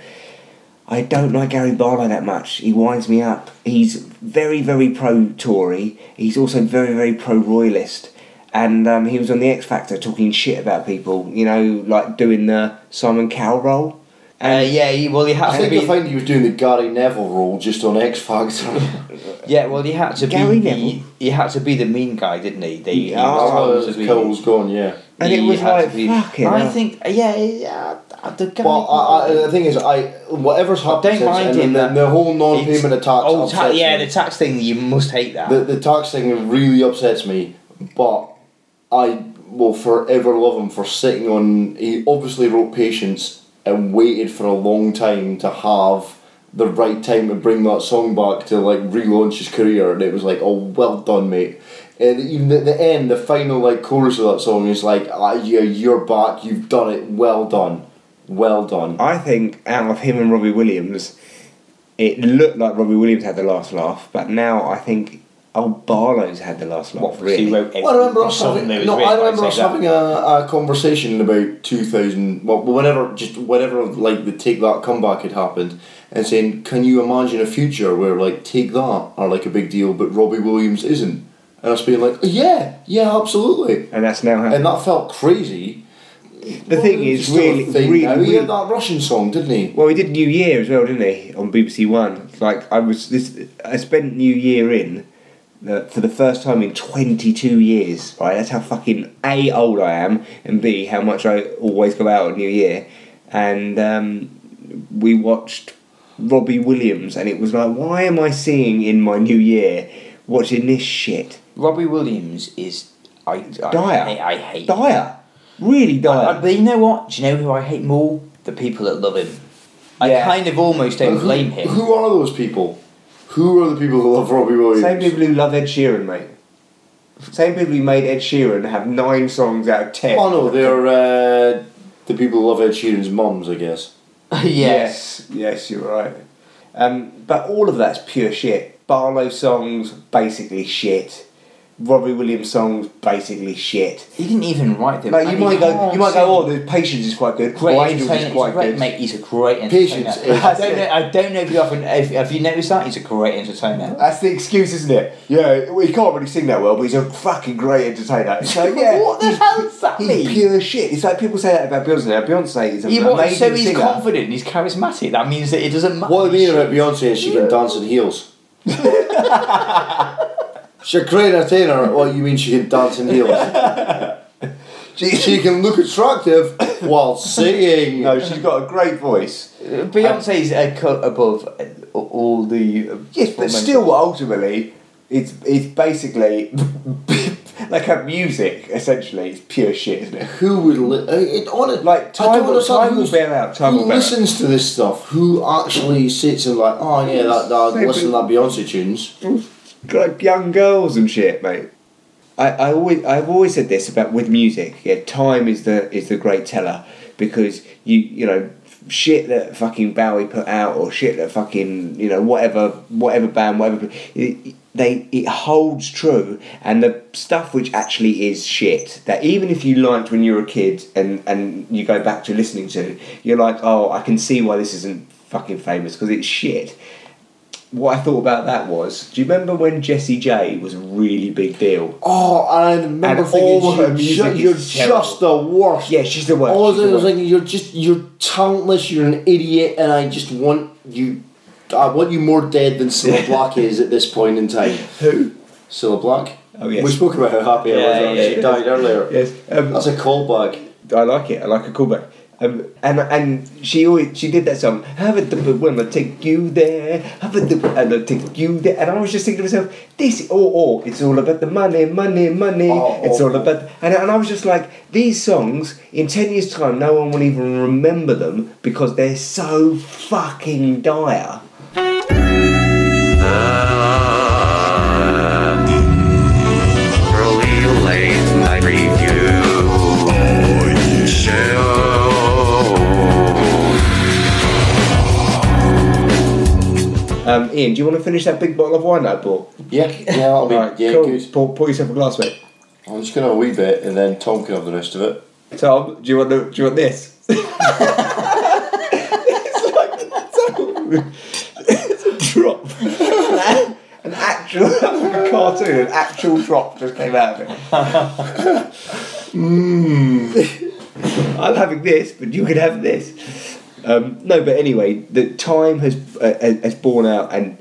Speaker 1: I don't like Gary Barlow that much. He winds me up. He's very, very pro Tory. He's also very, very pro royalist. And um, he was on the X Factor talking shit about people, you know, like doing the Simon Cowell role.
Speaker 3: Uh, yeah, he, well, he
Speaker 2: I
Speaker 3: had to
Speaker 2: think you'll
Speaker 3: be.
Speaker 2: find he was doing the Gary Neville role just on
Speaker 3: [laughs]
Speaker 2: X Factor. [laughs]
Speaker 3: Yeah, well, he had to
Speaker 1: Gary
Speaker 3: be.
Speaker 1: Neville.
Speaker 3: The, he had to be the mean guy, didn't he? They, he
Speaker 1: Yeah.
Speaker 3: was told
Speaker 2: Oh,
Speaker 3: to
Speaker 2: his
Speaker 3: be-
Speaker 2: Cole's gone, yeah.
Speaker 1: And it
Speaker 3: He
Speaker 1: was
Speaker 3: had to
Speaker 1: like, fucking
Speaker 3: I
Speaker 1: hell.
Speaker 3: think, yeah, yeah, uh, the guy.
Speaker 2: Well, I, uh, I, the thing is, I whatever's happened
Speaker 3: don't
Speaker 2: since,
Speaker 3: mind
Speaker 2: and
Speaker 3: him,
Speaker 2: the,
Speaker 3: that-
Speaker 2: the whole non-payment of tax.
Speaker 3: Oh, ta-
Speaker 2: upsets
Speaker 3: yeah,
Speaker 2: me.
Speaker 3: the tax thing. You must hate that.
Speaker 2: the, the tax thing really upsets me, but I will forever love him for sitting on. He obviously wrote patience and waited for a long time to have the right time to bring that song back to like relaunch his career, and it was like, oh, well done, mate. And even at the end, the final like chorus of that song is like, ah, yeah, you're back, you've done it, well done, well done.
Speaker 1: I think out of him and Robbie Williams, it looked like Robbie Williams had the last laugh, but now I think old Barlow's had the last laugh.
Speaker 3: What,
Speaker 1: really?
Speaker 3: He wrote every
Speaker 2: Well, I remember us
Speaker 3: song
Speaker 2: having,
Speaker 3: that was
Speaker 2: no, I
Speaker 3: written by
Speaker 2: remember us
Speaker 3: Take That.
Speaker 2: having a, a conversation in about 2000, well, whenever, just whenever, like, the Take That comeback had happened, and saying, can you imagine a future where, like, Take That are, like, a big deal, but Robbie Williams isn't? And us being like, yeah, yeah, absolutely.
Speaker 1: and that's now happened.
Speaker 2: And that felt crazy.
Speaker 1: The thing is,
Speaker 2: Still a
Speaker 1: really,
Speaker 2: thing
Speaker 1: really,
Speaker 2: now. He
Speaker 1: really-
Speaker 2: had that Russian song, didn't he?
Speaker 1: well, he did New Year as well, didn't he? On BBC One, like I was this, I spent New Year in uh, for the first time in twenty two years. Right, that's how fucking a old I am, and b how much I always go out on New Year, and um, we watched Robbie Williams, and it was like, why am I seeing in my New Year watching this shit?
Speaker 3: Robbie Williams is. I, I
Speaker 1: Dire.
Speaker 3: hate. I hate
Speaker 1: Dire, really dire.
Speaker 3: Uh, but you know what? Do you know who I hate more? The people that love him. I
Speaker 1: Yeah.
Speaker 3: kind of almost don't
Speaker 2: Who-
Speaker 3: blame him. [laughs]
Speaker 2: Who are those people? Who are the people who love Robbie Williams?
Speaker 1: Same people who love Ed Sheeran, mate. Same people who made Ed Sheeran have nine songs out of ten.
Speaker 2: Oh no, they're uh, The people who love Ed Sheeran's mums, I guess.
Speaker 1: Yes, yes, you're right. Um, but all of that's pure shit. Barlow songs, basically shit. Robbie Williams songs, basically shit.
Speaker 3: He didn't even write them.
Speaker 1: Like
Speaker 3: and
Speaker 1: you
Speaker 3: he
Speaker 1: might go,
Speaker 3: can't
Speaker 1: you might go. Oh,
Speaker 3: sing.
Speaker 1: the Patience is quite good.
Speaker 3: Great
Speaker 1: Well, Angels
Speaker 3: entertainer.
Speaker 1: is
Speaker 3: He's a
Speaker 1: quite
Speaker 3: great,
Speaker 1: good.
Speaker 3: mate, he's a great entertainer.
Speaker 2: Patience
Speaker 3: [laughs]
Speaker 2: is-
Speaker 3: I don't know. I don't know if you often. If, have you noticed that he's a great entertainer?
Speaker 1: That's the excuse, isn't it? Yeah, well, he can't really sing that well, but he's a fucking great entertainer. It's
Speaker 3: [laughs]
Speaker 1: like, [laughs] yeah,
Speaker 3: what the
Speaker 1: he's-
Speaker 3: hell does that
Speaker 1: He's
Speaker 3: mean?
Speaker 1: pure shit. It's like people say that about Beyonce. Now, Beyonce is a
Speaker 3: He
Speaker 1: amazing
Speaker 3: wants, so he's
Speaker 1: singer.
Speaker 3: confident. He's charismatic. That means that it doesn't matter.
Speaker 2: What I mean about Beyonce is she can dance in [laughs] heels. She's a great entertainer. What you mean she can dance in [laughs] heels?
Speaker 1: She,
Speaker 2: She can look attractive while singing.
Speaker 1: no, she's got a great voice.
Speaker 3: Beyonce's a cut above uh, all the. uh,
Speaker 1: Yes, but
Speaker 3: aforementioned-
Speaker 1: still, ultimately, it's it's basically [laughs] like her music. Essentially, it's pure shit, isn't it?
Speaker 2: Who would li- I- it on it?
Speaker 1: Like, time
Speaker 2: I don't
Speaker 1: will-
Speaker 2: understand
Speaker 1: time will
Speaker 2: who's-
Speaker 1: bear out, time
Speaker 2: who
Speaker 1: will bear out.
Speaker 2: listens to this stuff? Who actually sits and like, oh yeah, that, that listen to that Beyonce tunes?
Speaker 1: like young girls and shit, mate. I, I always I've always said this about with music. Yeah, time is the is the great teller because you you know shit that fucking Bowie put out or shit that fucking you know whatever whatever band whatever it, they it holds true and the stuff which actually is shit that even if you liked when you were a kid and and you go back to listening to you're like oh I can see why this isn't fucking famous because it's shit what I thought about that was, do you remember when Jessie J was a really big deal?
Speaker 2: Oh, and I remember
Speaker 1: And
Speaker 2: thinking
Speaker 1: all her
Speaker 2: you're,
Speaker 1: music
Speaker 2: ju-
Speaker 1: is
Speaker 2: you're
Speaker 1: terrible.
Speaker 2: just the worst.
Speaker 1: Yeah, she's the worst.
Speaker 2: All I
Speaker 1: she's the
Speaker 2: Oh, was
Speaker 1: worst.
Speaker 2: thinking, you're just you're talentless. You're an idiot, and I just want you. I want you more dead
Speaker 1: [laughs]
Speaker 2: than Cilla Black is at this point in time.
Speaker 1: Who?
Speaker 2: Cilla Black.
Speaker 1: Oh, yes.
Speaker 2: We spoke about how happy I was
Speaker 3: Yeah,
Speaker 2: when
Speaker 3: yeah,
Speaker 2: she
Speaker 3: yeah.
Speaker 2: died earlier.
Speaker 1: Yes. Um,
Speaker 2: That's a callback.
Speaker 1: I like it. I like a callback. Um, and and she always she did that song. Have a dipper when I take you there. Have a dipper and I take you there. And I was just thinking to myself, this oh oh, it's all about the money, money, money.
Speaker 2: Oh,
Speaker 1: it's
Speaker 2: oh,
Speaker 1: all
Speaker 2: oh.
Speaker 1: about and and I was just like, these songs in ten years' time, no one will even remember them because they're so fucking dire.
Speaker 5: Early late night review show.
Speaker 1: Um, Ian, do you want to finish that big bottle of wine I bought?
Speaker 2: Yeah, yeah, that'll be
Speaker 1: Alright,
Speaker 2: yeah,
Speaker 1: cool.
Speaker 2: good.
Speaker 1: Pour, pour yourself a glass, mate.
Speaker 2: I'm just gonna have a wee bit, and then Tom can have the rest of it.
Speaker 1: Tom, do you want the, do you want this? [laughs] it's like it's a drop. an actual like a cartoon, an actual drop just came out of it. I'm having this, but you can have this. Um, no, but anyway, the time has uh, has borne out, and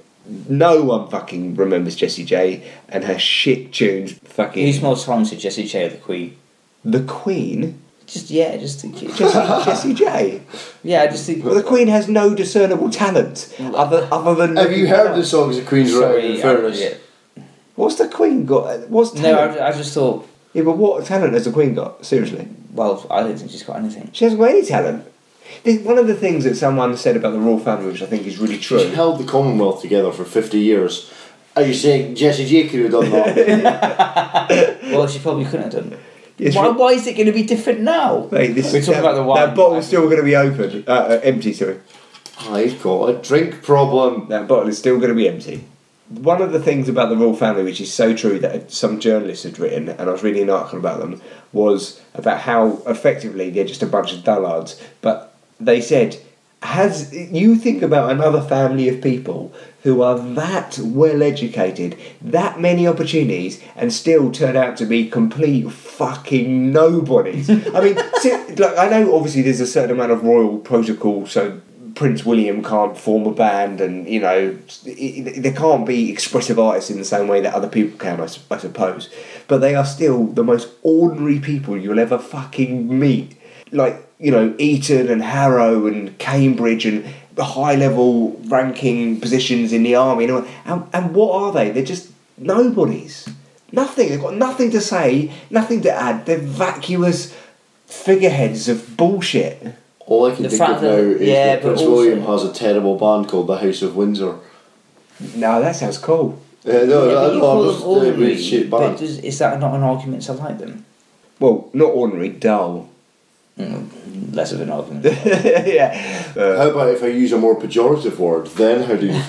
Speaker 1: no one fucking remembers Jessie J and her shit tunes. Fucking
Speaker 4: Who's more talented, Jesse J or the Queen?
Speaker 1: the Queen,
Speaker 4: Just yeah, just think.
Speaker 1: Jessie, Jessie J.
Speaker 4: Yeah, I just think.
Speaker 1: Well, the Queen has no discernible talent
Speaker 4: Mm.
Speaker 1: other other than.
Speaker 2: Have you heard the songs of Queen's Road?
Speaker 4: Sorry,
Speaker 2: In
Speaker 4: I-
Speaker 2: fairness,
Speaker 4: yeah.
Speaker 1: What's the Queen got? What's
Speaker 4: No,
Speaker 1: talent?
Speaker 4: I, I just thought.
Speaker 1: yeah, but what talent has the Queen got? Seriously,
Speaker 4: Well, I don't think she's got anything.
Speaker 1: she hasn't got any talent. This, one of the things that someone said about the royal family, which I think is really
Speaker 2: she
Speaker 1: true.
Speaker 2: held the Commonwealth together for fifty years. Are you saying Jesse J could have
Speaker 1: [laughs]
Speaker 2: done that?
Speaker 4: Well, she probably couldn't have done.
Speaker 1: Yes,
Speaker 4: why,
Speaker 1: we-
Speaker 4: why is it going to be different now?
Speaker 1: Mate, this,
Speaker 4: We're talking
Speaker 1: that,
Speaker 4: about the wine.
Speaker 1: That bottle's still going to be open, uh, uh, empty. Sorry,
Speaker 2: I've got a drink problem.
Speaker 1: that bottle is still going to be empty. One of the things about the royal family, which is so true that some journalists had written, and I was reading an article about them, was about how effectively they're just a bunch of dullards. But they said, "Has you think about another family of people who are that well educated, that many opportunities, and still turn out to be complete fucking nobodies?" I mean, [laughs] si- like I know obviously there's a certain amount of royal protocol, so Prince William can't form a band, and you know, it- it- there can't be expressive artists in the same way that other people can, I, s- I suppose. But they are still the most ordinary people you'll ever fucking meet. Like, you know, Eton and Harrow and Cambridge and the high level ranking positions in the army. And, all- and, and what are they? They're just nobodies. Nothing. They've got nothing to say, nothing to add. They're vacuous figureheads of bullshit.
Speaker 2: All I can
Speaker 4: The
Speaker 2: think
Speaker 4: fact
Speaker 2: of now
Speaker 4: that-
Speaker 2: is
Speaker 4: yeah,
Speaker 2: that
Speaker 4: but
Speaker 2: Prince
Speaker 4: also-
Speaker 2: William has a terrible band called the House of Windsor.
Speaker 1: No, that sounds cool.
Speaker 2: Uh, no,
Speaker 4: Yeah,
Speaker 2: no,
Speaker 4: but you
Speaker 2: no,
Speaker 4: call
Speaker 2: I'm
Speaker 4: them
Speaker 2: just uh,
Speaker 4: ordinary,
Speaker 2: really shit
Speaker 4: but
Speaker 2: band.
Speaker 4: does, is that not an argument to like them?
Speaker 1: Well, not ordinary, dull.
Speaker 4: Mm, less of an argument.
Speaker 1: [laughs] yeah. Uh, [laughs]
Speaker 2: How about if I use a more pejorative word? Then how do you
Speaker 4: [laughs]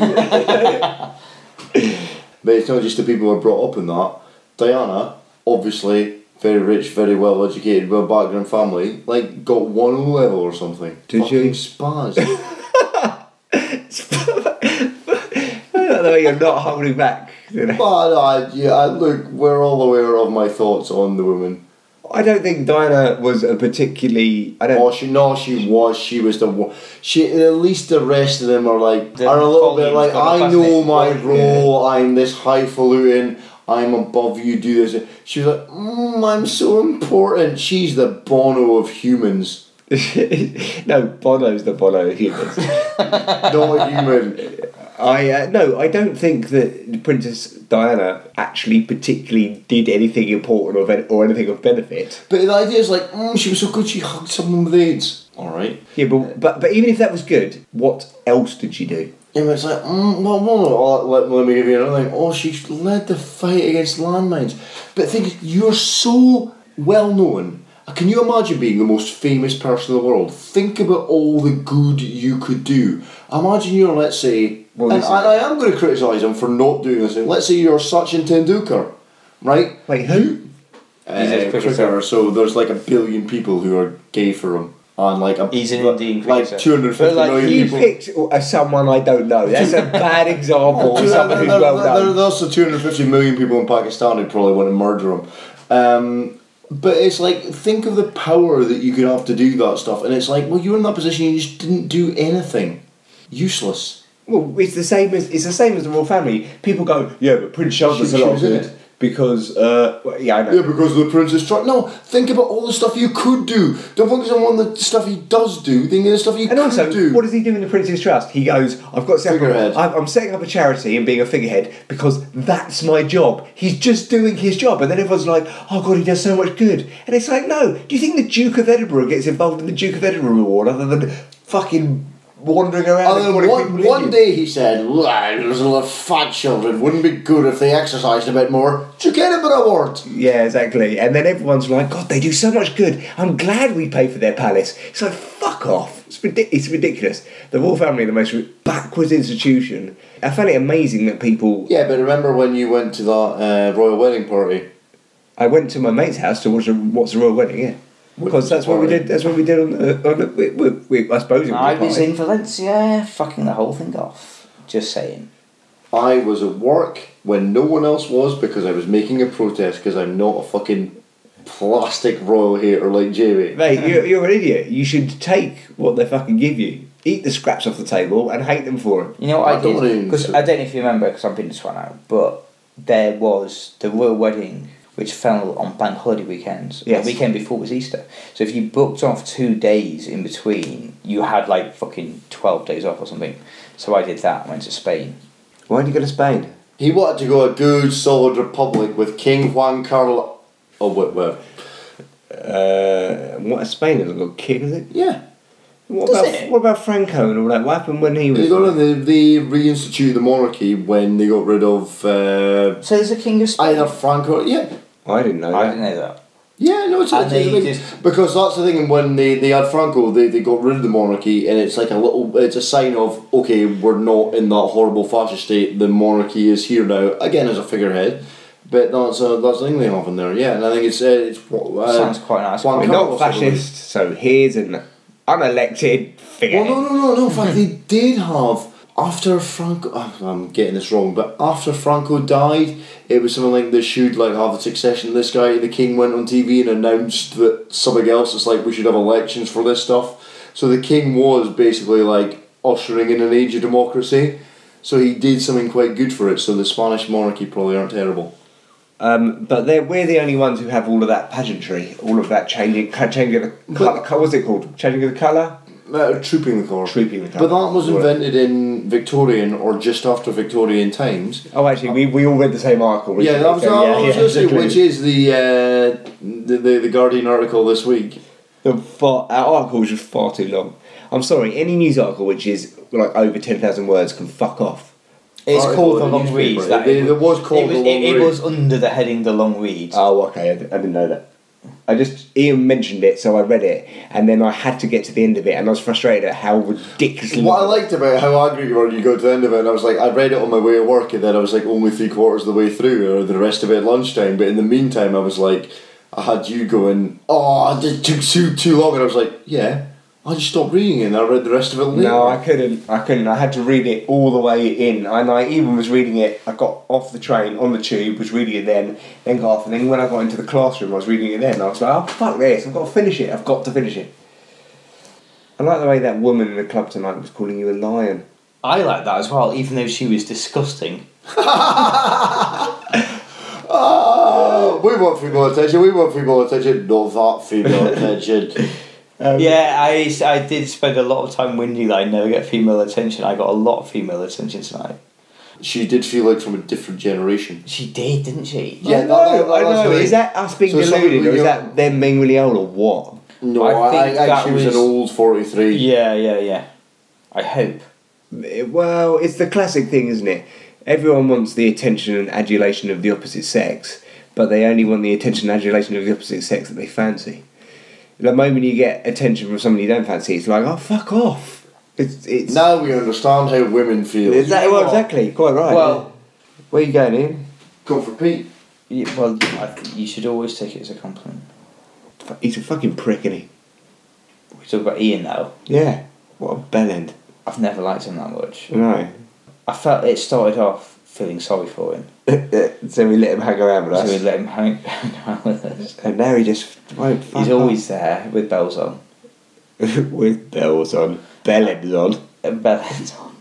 Speaker 2: feel? [laughs] but it's not just the people who are brought up in that. Diana, obviously very rich, very well educated, well background family, like got one O level or something.
Speaker 1: Did
Speaker 2: Fucking
Speaker 1: you?
Speaker 2: Spaz. [laughs]
Speaker 1: I don't know, you're not holding back. You know?
Speaker 2: but I, yeah, I- look, we're all aware of my thoughts on the woman.
Speaker 1: I don't think Diana was a particularly. I
Speaker 2: Oh,
Speaker 1: don't.
Speaker 2: she no, she was. She was the one. She and at least the rest of them are like
Speaker 3: The
Speaker 2: are a little bit
Speaker 3: volume's
Speaker 2: like
Speaker 3: gone up,
Speaker 2: I
Speaker 3: hasn't
Speaker 2: know
Speaker 3: it?
Speaker 2: my
Speaker 3: Yeah.
Speaker 2: role. I'm this highfalutin. I'm above you. Do this. She was like, mm, I'm so important. She's the Bono of humans,
Speaker 1: [laughs] no, Bono's the Bono of humans.
Speaker 2: not a
Speaker 3: [laughs]
Speaker 2: human.
Speaker 1: I uh, no, I don't think that Princess Diana actually particularly did anything important or, ben- or anything of benefit.
Speaker 2: But the idea is like, mm, she was so good. She hugged someone with AIDS. All right.
Speaker 1: Yeah, but, but but even if that was good, what else did she do?
Speaker 2: And it's like, mm, well, well, well, let, let me give you another thing. Oh, she led the fight against landmines. But the thing is, you're so well known. Uh, Can you imagine being the most famous person in the world? Think about all the good you could do. Imagine you're, let's say,
Speaker 1: Well,
Speaker 2: and,
Speaker 1: this is-
Speaker 2: and I am going to criticise him for not doing this thing. Let's say you're Sachin Tendulkar, right?
Speaker 1: Wait, who?
Speaker 2: Uh,
Speaker 3: He's a cricketer.
Speaker 2: cricketer. So there's like a billion people who are gay for him. And like a,
Speaker 3: He's an
Speaker 2: like,
Speaker 3: Indian
Speaker 2: like
Speaker 3: cricketer.
Speaker 2: 250
Speaker 1: But
Speaker 2: million
Speaker 1: like you
Speaker 2: people.
Speaker 1: picked uh, someone I don't know. That's a [laughs] bad example
Speaker 2: Two-
Speaker 1: of someone who's
Speaker 2: there-
Speaker 1: well
Speaker 2: there-
Speaker 1: known.
Speaker 2: There's also 250 million people in Pakistan who probably want to murder him. Um, but it's like, think of the power that you could have to do that stuff. And it's like, well, you were in that position, you just didn't do anything. Useless.
Speaker 1: Well, it's the same as it's the same as the royal family. People go, yeah, but Prince Charles
Speaker 2: She-
Speaker 1: does a
Speaker 2: she
Speaker 1: lot of
Speaker 2: was in
Speaker 1: good
Speaker 2: it.
Speaker 1: because uh, well, yeah, I know.
Speaker 2: Yeah, because the prince is trying. No, think about all the stuff you could do. Don't focus on all the stuff he does do. Think of the stuff you
Speaker 1: And
Speaker 2: could
Speaker 1: also,
Speaker 2: do.
Speaker 1: what does he do in the Prince's Trust? He goes, I've got separate.
Speaker 2: Figurehead.
Speaker 1: I'm, I'm setting up a charity and being a figurehead because that's my job. He's just doing his job. And then everyone's like, oh God, he does so much good. And it's like, no, do you think the Duke of Edinburgh gets involved in the Duke of Edinburgh Award other than fucking wandering around
Speaker 2: And
Speaker 1: and
Speaker 2: then
Speaker 1: calling
Speaker 2: one,
Speaker 1: people
Speaker 2: one
Speaker 1: idiots?
Speaker 2: day he said, "Well, there's a lot of fat children. Wouldn't it be good if they exercised a bit more to get a bit award.
Speaker 1: Yeah, exactly. And then everyone's like, God, they do so much good. I'm glad we pay for their palace. It's like, fuck off. It's, ridic- it's ridiculous. The royal family are the most backwards institution. I find it amazing that people
Speaker 2: Yeah, but remember when you went to that uh, royal wedding party?
Speaker 1: I went to my mate's house to watch a What's the Royal Wedding, yeah. Because that's what we did. That's what we did on the. On the we, we, we, I suppose it was.
Speaker 4: I
Speaker 1: a
Speaker 4: was
Speaker 1: party.
Speaker 4: in Valencia, fucking the whole thing off. Just saying.
Speaker 2: I was at work when no one else was because I was making a protest because I'm not a fucking plastic royal hater like
Speaker 1: [laughs]
Speaker 2: Jamie.
Speaker 1: Mate, you're, you're an idiot. You should take what they fucking give you, eat the scraps off the table, and hate them for it.
Speaker 4: You know what
Speaker 2: I
Speaker 4: I,
Speaker 2: don't
Speaker 4: did?
Speaker 2: really
Speaker 4: Because
Speaker 2: see-
Speaker 4: I don't know if you remember, because I've been to this one now, but there was the royal wedding, which fell on bank holiday weekends.
Speaker 1: Yes.
Speaker 4: The weekend before was Easter. So if you booked off two days in between, you had like fucking 12 days off or something. So I did that, went to Spain.
Speaker 1: Why did you go to Spain?
Speaker 2: He wanted to go a good solid republic with King Juan Carlos. Oh, what, what?
Speaker 1: Uh, what Spain has got kicked, is it?
Speaker 2: Yeah.
Speaker 1: What
Speaker 4: Does
Speaker 1: about
Speaker 4: it?
Speaker 1: what about Franco and all that? What happened when he was?
Speaker 2: They, got, they, they reinstituted the monarchy when they got rid of uh,
Speaker 4: So there's a king of Spain.
Speaker 2: either Franco. Yeah,
Speaker 1: I didn't know.
Speaker 4: I
Speaker 1: that.
Speaker 4: didn't know that.
Speaker 2: Yeah, no, it's,
Speaker 4: And
Speaker 2: it's, it's
Speaker 4: they
Speaker 2: like-
Speaker 4: just-
Speaker 2: because that's the thing. When they, they had Franco, they, they got rid of the monarchy, and it's like a little. It's a sign of okay, we're not in that horrible fascist state. The monarchy is here now again as a figurehead, but that's uh, that's the thing they have in there. Yeah, and I think it's uh, it's uh,
Speaker 4: Sounds quite nice.
Speaker 2: Juan
Speaker 1: We're
Speaker 2: Carlos,
Speaker 1: not
Speaker 2: I believe.
Speaker 1: fascist, so here's an unelected figure.
Speaker 2: Well, no, no, no, no. In fact, they did have after Franco. oh, I'm getting this wrong, but after Franco died, it was something like they should like have a succession. This guy, the king, went on TV and announced that something else is like we should have elections for this stuff. So the king was basically like ushering in an age of democracy. So he did something quite good for it. So the Spanish monarchy probably aren't terrible.
Speaker 1: Um, but they're, we're the only ones who have all of that pageantry, all of that changing, ca- changing of the colour.
Speaker 2: But-
Speaker 1: What's it called? Changing of the colour?
Speaker 2: Uh, trooping the colour.
Speaker 1: Trooping the
Speaker 2: But
Speaker 1: colour.
Speaker 2: that was invented in Victorian or just after Victorian times.
Speaker 1: Oh, actually, we, we all read the same article. which
Speaker 2: Yeah,
Speaker 1: is-
Speaker 2: that was,
Speaker 1: so,
Speaker 2: that was just it,
Speaker 1: exactly.
Speaker 2: which is the, uh, the the the Guardian article this week.
Speaker 1: The far, our article was just far too long. I'm sorry, any news article which is like over 10,000 words can fuck off.
Speaker 4: It's
Speaker 2: Article
Speaker 4: called The
Speaker 2: in
Speaker 4: Long
Speaker 2: newspaper.
Speaker 4: Reads.
Speaker 2: It- it was called
Speaker 4: it was,
Speaker 2: The Long
Speaker 4: it,
Speaker 2: Uh,
Speaker 4: it
Speaker 2: Reads.
Speaker 1: Ah,
Speaker 4: was under the heading The Long Reads.
Speaker 1: Oh, okay, I, d- I didn't know that. I just Ian mentioned it, so I read it, and then I had to get to the end of it, and I was frustrated at how ridiculously.
Speaker 2: What I liked about how angry you were when you got to the end of it, and I was like, I read it on my way to work, and then I was like only three quarters of the way through, or the rest of it at lunchtime. But in the meantime, I was like, I had you going, oh, it took too too long, and I was like, yeah, I just stopped reading it, and I read the rest of it later.
Speaker 1: No, I couldn't. I couldn't. I had to read it all the way in, and I even was reading it. I got off the train on the tube, was reading it then, then got off, and then when I got into the classroom, I was reading it then. I was like, oh fuck this! I've got to finish it. I've got to finish it. I like the way that woman in the club tonight was calling you a lion.
Speaker 3: I like that as well, even though she was disgusting.
Speaker 2: Oh, we want female attention. We want female attention. Not that
Speaker 4: [laughs]
Speaker 2: female attention.
Speaker 3: yeah, I, s- I did spend a lot of time whinging that I never get female attention. I got a lot of female attention tonight.
Speaker 2: She did feel like from a different generation.
Speaker 3: She did, didn't she?
Speaker 2: Yeah,
Speaker 1: I
Speaker 2: that-
Speaker 1: know.
Speaker 2: that- that-
Speaker 1: I
Speaker 2: that's
Speaker 1: know.
Speaker 2: the
Speaker 1: Is
Speaker 2: thing.
Speaker 1: that us being
Speaker 2: So some
Speaker 1: deluded, or
Speaker 2: people-
Speaker 1: is that them being really old, or what?
Speaker 2: No,
Speaker 3: I
Speaker 2: I,
Speaker 3: think
Speaker 2: I,
Speaker 3: that
Speaker 2: she was,
Speaker 3: was-
Speaker 2: an old forty-three.
Speaker 3: Yeah, yeah, yeah. I hope.
Speaker 1: Eh, Well, it's the classic thing, isn't it? Everyone wants the attention and adulation of the opposite sex, but they only want the attention and adulation of the opposite sex that they fancy. The moment you get attention from somebody you don't fancy, it's like, oh, fuck off. It's it's
Speaker 2: Now we understand how women feel.
Speaker 1: Is that- well, exactly quite right.
Speaker 3: Well-
Speaker 1: where you going, Ian?
Speaker 2: Come for Pete.
Speaker 3: Y- Well, I th- you should always take it as a compliment.
Speaker 1: F- He's a fucking prick, isn't he?
Speaker 3: We talk about Ian now.
Speaker 1: Yeah. What a bellend.
Speaker 3: I've never liked him that much.
Speaker 1: No.
Speaker 3: I felt it started off feeling sorry for him,
Speaker 1: [laughs] so we let him hang around with us,
Speaker 3: so we let him hang [laughs] hang around with us.
Speaker 1: and now he just won't. fuck
Speaker 3: He's
Speaker 1: off.
Speaker 3: always there with bells on.
Speaker 1: [laughs] with bells on, bellends on.
Speaker 3: Uh, Bells on.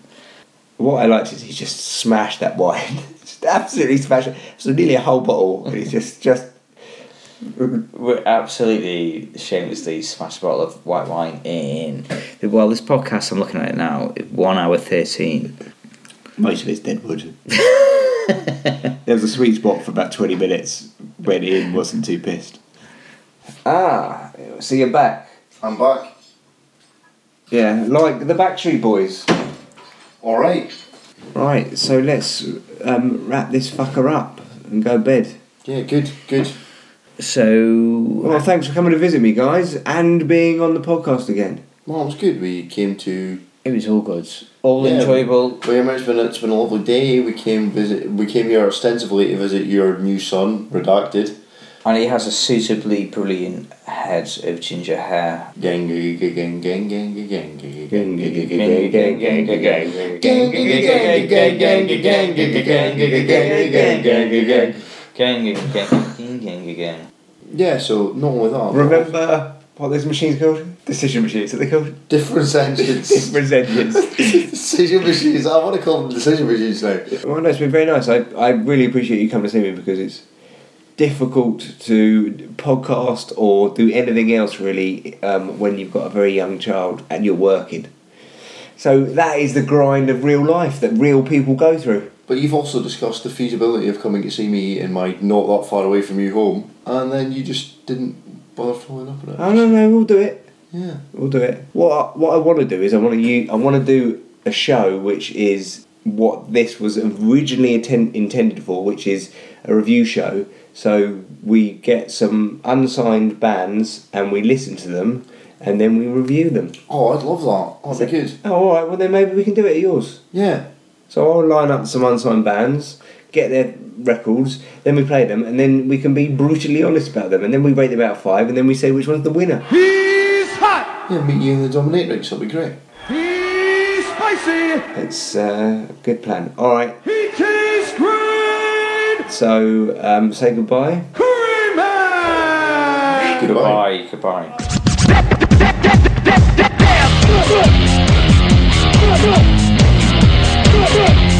Speaker 1: What I liked is he just smashed that wine. [laughs] just absolutely smashed it. So nearly a whole bottle. And he's just, just.
Speaker 3: We're absolutely shamelessly smashed a bottle of white wine in. Well, this podcast, I'm looking at it now, one hour 13.
Speaker 1: Most of it's dead [laughs] wood. there was a sweet spot for about 20 minutes when Ian wasn't too pissed. Ah, so you're back.
Speaker 2: I'm back.
Speaker 1: Yeah, like the Backstreet Boys.
Speaker 2: All right.
Speaker 1: Right, so let's um, wrap this fucker up and go bed.
Speaker 2: Yeah, good, good.
Speaker 3: So,
Speaker 1: Well, thanks for coming to visit me, guys, and being on the podcast again.
Speaker 2: Well, it was good. We came to.
Speaker 3: it was all good. All
Speaker 2: Yeah.
Speaker 3: enjoyable.
Speaker 2: Very much been. It's been a lovely day. We came visit. We came here ostensibly to visit your new son, redacted.
Speaker 3: And he has a suitably brilliant head of ginger hair.
Speaker 2: Gang, gang, gang, gang, gang, gang, gang, gang, gang.
Speaker 3: Remember
Speaker 2: Yeah. So not only that. but
Speaker 1: Remember what this machine's called? Decision machines. Are they called
Speaker 2: different
Speaker 1: [laughs]
Speaker 2: sentence.
Speaker 1: difference engines?
Speaker 2: [laughs] decision machines. I want to call them decision machines now.
Speaker 1: well, no, it's been very nice. I, I really appreciate you coming to see me because it's difficult to podcast or do anything else really um, when you've got a very young child and you're working. So that is the grind of real life that real people go through.
Speaker 2: But you've also discussed the feasibility of coming to see me in my not that far away from you home, and then you just didn't bother following up on it.
Speaker 1: Oh no, no, we'll do it.
Speaker 2: Yeah.
Speaker 1: We'll do it. What I, what I want to do is I want to u- I want to do a show which is what this was originally atten- intended for, which is a review show. So we get some unsigned bands and we listen to them and then we review them.
Speaker 2: Oh, I'd love that. Oh, that'd be good.
Speaker 1: Oh, all right. Well, then maybe we can do it at yours.
Speaker 2: Yeah.
Speaker 1: So I'll line up some unsigned bands, get their records, then we play them, and then we can be brutally honest about them, and then we rate them out of five, and then we say which one's the winner.
Speaker 2: Yeah, meet you in the Dominatrix, that'd be great.
Speaker 1: It's uh, a good plan. All right. So um, say goodbye.
Speaker 3: Goodbye, goodbye.
Speaker 6: Yeah.